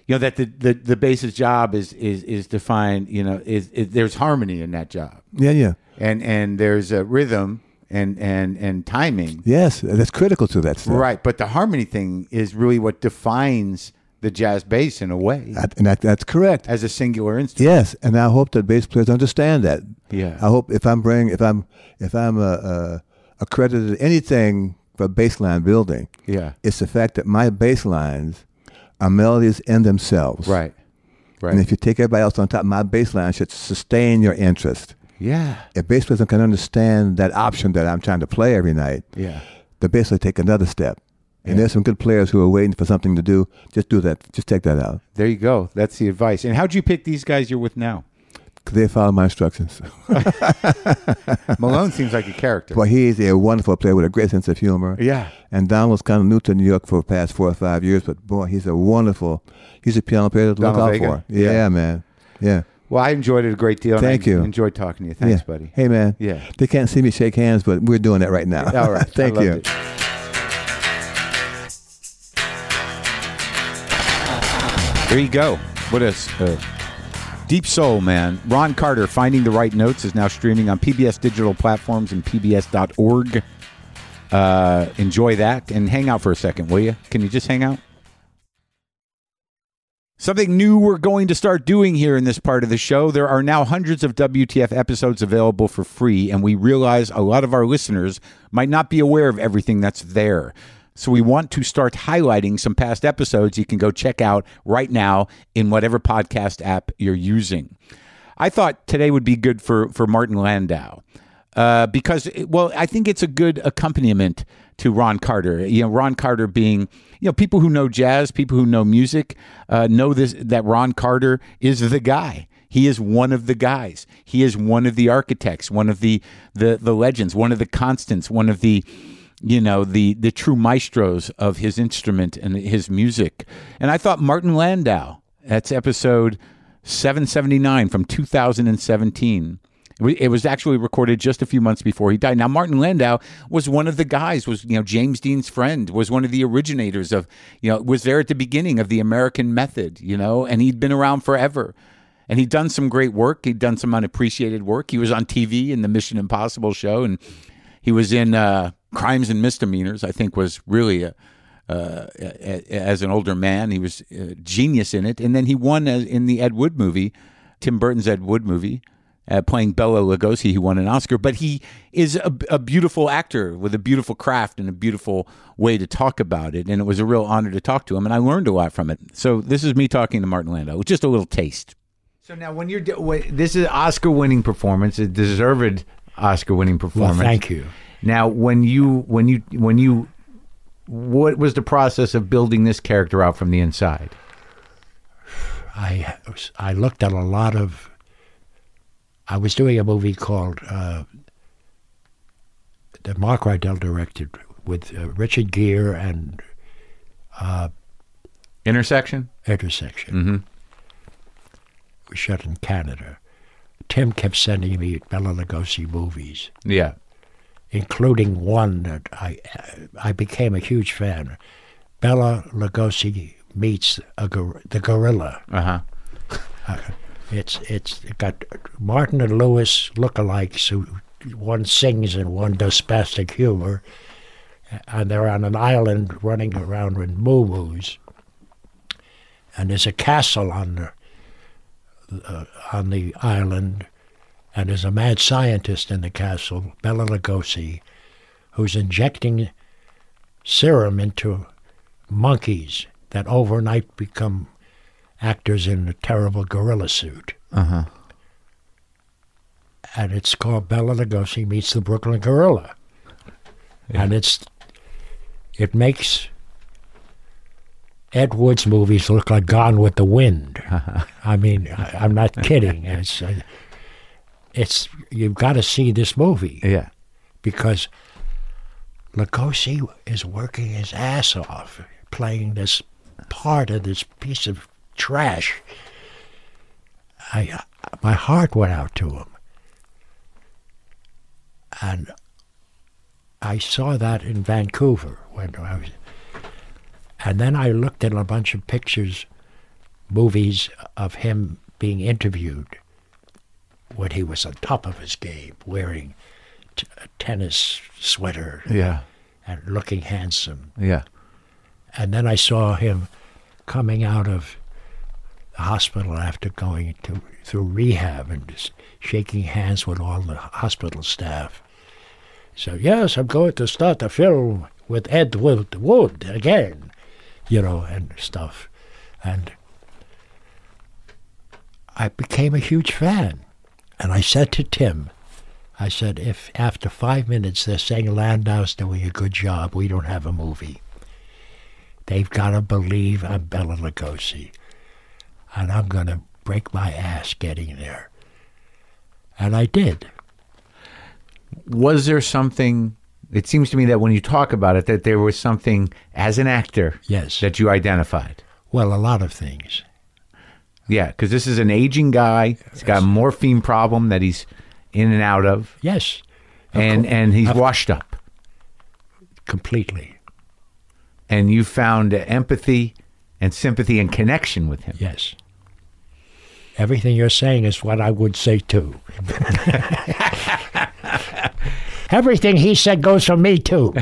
S1: you know that the, the the bassist job is is is to find you know is, is there's harmony in that job
S2: Yeah, yeah.
S1: and and there's a rhythm and and and timing.
S2: Yes, that's critical to that stuff.
S1: Right, but the harmony thing is really what defines the jazz bass in a way
S2: I- and that, that's correct.
S1: as a singular instrument.
S2: Yes, and I hope that bass players understand that.
S1: Yeah.
S2: I hope if I'm bringing, if I'm, if I'm uh, uh, accredited anything for baseline building,
S1: Yeah.
S2: it's the fact that my bass lines are melodies in themselves.
S1: Right. Right.
S2: And if you take everybody else on top, my bass line should sustain your interest.
S1: yeah.
S2: If bass players can understand that option that I'm trying to play every night,
S1: Yeah.
S2: the bass will take another step. And there's some good players who are waiting for something to do. Just do that. Just take that out.
S1: There you go. That's the advice. And how'd you pick these guys you're with now?
S2: 'Cause They follow my instructions.
S1: Malone seems like a character.
S2: But he is a wonderful player with a great sense of humor.
S1: Yeah.
S2: And Don was kind of new to New York for the past four or five years, but boy, he's a wonderful, he's a piano player to
S1: Donald
S2: look out
S1: Vega?
S2: for.
S1: Yeah.
S2: Yeah, man. Yeah.
S1: Well, I enjoyed it a great deal. and
S2: Thank
S1: I
S2: you.
S1: Enjoyed talking to you. Thanks,
S2: yeah.
S1: buddy.
S2: Hey, man.
S1: Yeah.
S2: They can't see me shake hands, but we're doing that right now.
S1: All right. I
S2: Thank
S1: loved
S2: you.
S1: it. There you go. What a s- uh, deep soul, man. Ron Carter, Finding the Right Notes, is now streaming on PBS digital platforms and PBS.org. Uh, enjoy that and hang out for a second, will you? Can you just hang out? Something new we're going to start doing here in this part of the show. There are now hundreds of WTF episodes available for free, and we realize a lot of our listeners might not be aware of everything that's there. So we want to start highlighting some past episodes you can go check out right now in whatever podcast app you're using. I thought today would be good for, for Martin Landau uh, because it- well, I think it's a good accompaniment to Ron Carter. You know, Ron Carter being you know people who know jazz, people who know music, uh, know this that Ron Carter is the guy. He is one of the guys. He is one of the architects, one of the the the legends, one of the constants, one of the you know the the true maestros of his instrument and his music. And I thought Martin Landau. That's episode 779 from 2017. It wa- It was actually recorded just a few months before he died. Now, Martin Landau was one of the guys, was, you know, James Dean's friend, was one of the originators of, you know, was there at the beginning of the American method, you know, and he'd been around forever. And he'd done some great work. He'd done some unappreciated work. He was on TV in the Mission Impossible show, and he was in uh, Crimes and Misdemeanors, I think was really a, uh, a- a- as an older man. He was a genius in it, and then he won as- in the Ed Wood movie, Tim Burton's Ed Wood movie, uh, playing Bela Lugosi. He won an Oscar, but he is a, a beautiful actor with a beautiful craft and a beautiful way to talk about it. And it was a real honor to talk to him, and I learned a lot from it. So this is me talking to Martin Landau, just a little taste. So now, when you're do- wait, this is Oscar-winning performance, a deserved Oscar-winning
S3: Well,
S1: performance.
S3: thank you.
S1: Now, when you when you when you what was the process of building this character out from the inside?
S3: I I looked at a lot of. I was doing a movie called uh, that Mark Rydell directed with uh, Richard Gere and
S1: Intersection.
S3: Intersection. Mm-hmm. We shot in Canada. Tim kept sending me Bela Lugosi movies,
S1: Yeah.
S3: including one that I I became a huge fan. Bela Lugosi meets a gor- the gorilla.
S1: Uh huh.
S3: It's it's got Martin and Lewis lookalikes who one sings and one does spastic humor, and they're on an island running around with moo-moos. And there's a castle on the uh, on the island, and there's a mad scientist in the castle, Bela Lugosi, who's injecting serum into monkeys that overnight become actors in a terrible gorilla suit. Uh huh. And it's called Bella Lugosi meets the Brooklyn Gorilla, and it's it makes Ed Wood's movies look like Gone with the Wind. I mean, I, I'm not kidding. It's uh, it's you've got to see this movie
S1: Yeah.
S3: because Lugosi is working his ass off playing this part of this piece of trash. I, uh, my heart went out to him, and I saw that in Vancouver when I was, and then I looked at a bunch of pictures, movies of him being interviewed when he was on top of his game, wearing t- a tennis sweater
S1: Yeah.
S3: and looking handsome.
S1: Yeah.
S3: And then I saw him coming out of the hospital after going to through rehab and just shaking hands with all the hospital staff. So yes, I'm going to start a film with Ed Wood, Wood again, you know, and stuff. And I became a huge fan. And I said to Tim, I said, if after five minutes they're saying Landau's doing a good job, we don't have a movie. They've got to believe I'm Bela Lugosi. And I'm going to break my ass getting there. And I did.
S4: was there something it seems to me that when you talk about it that there was something as an actor
S3: Yes.
S4: that you identified
S3: Well, a lot of things.
S4: yeah because this is an aging guy he's got a morphine problem that he's in and out of
S3: Yes,
S4: and
S3: course.
S4: and he's
S3: Of-
S4: washed up
S3: completely.
S4: and you found empathy and sympathy and connection with him
S3: Yes. Everything you're saying is what I would say too. Everything he said goes for me too.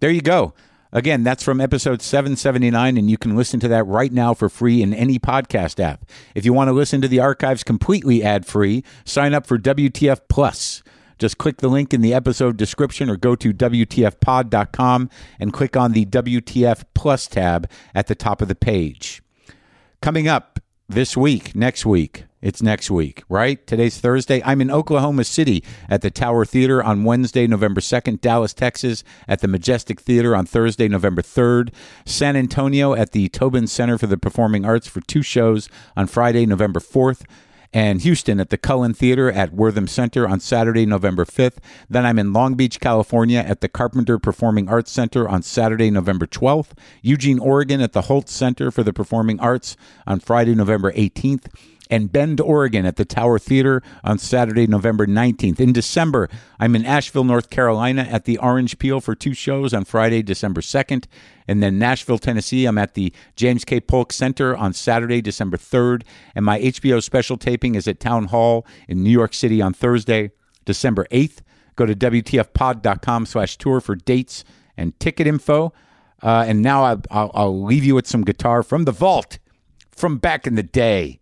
S1: There you go. Again, that's from episode 779, and you can listen to that right now for free in any podcast app. If you want to listen to the archives completely ad free, sign up for WTF Plus. Just click the link in the episode description or go to WTFpod.com and click on the WTF Plus tab at the top of the page. Coming up this week, next week, it's next week, right? Today's Thursday. I'm in Oklahoma City at the Tower Theater on Wednesday, November 2nd, Dallas, Texas at the Majestic Theater on Thursday, November 3rd, San Antonio at the Tobin Center for the Performing Arts for two shows on Friday, November 4th and Houston at the Cullen Theater at Wortham Center on Saturday, November 5th. Then I'm in Long Beach, California at the Carpenter Performing Arts Center on Saturday, November 12th. Eugene, Oregon at the Holt Center for the Performing Arts on Friday, November 18th. And Bend, Oregon at the Tower Theater on Saturday, November 19th. In December, I'm in Asheville, North Carolina at the Orange Peel for two shows on Friday, December 2nd. And then Nashville, Tennessee, I'm at the James K. Polk Center on Saturday, December 3rd. And my HBO special taping is at Town Hall in New York City on Thursday, December 8th. Go to WTFpod.com slash tour for dates and ticket info. Uh, and now I, I'll, I'll leave you with some guitar from the vault from back in the day.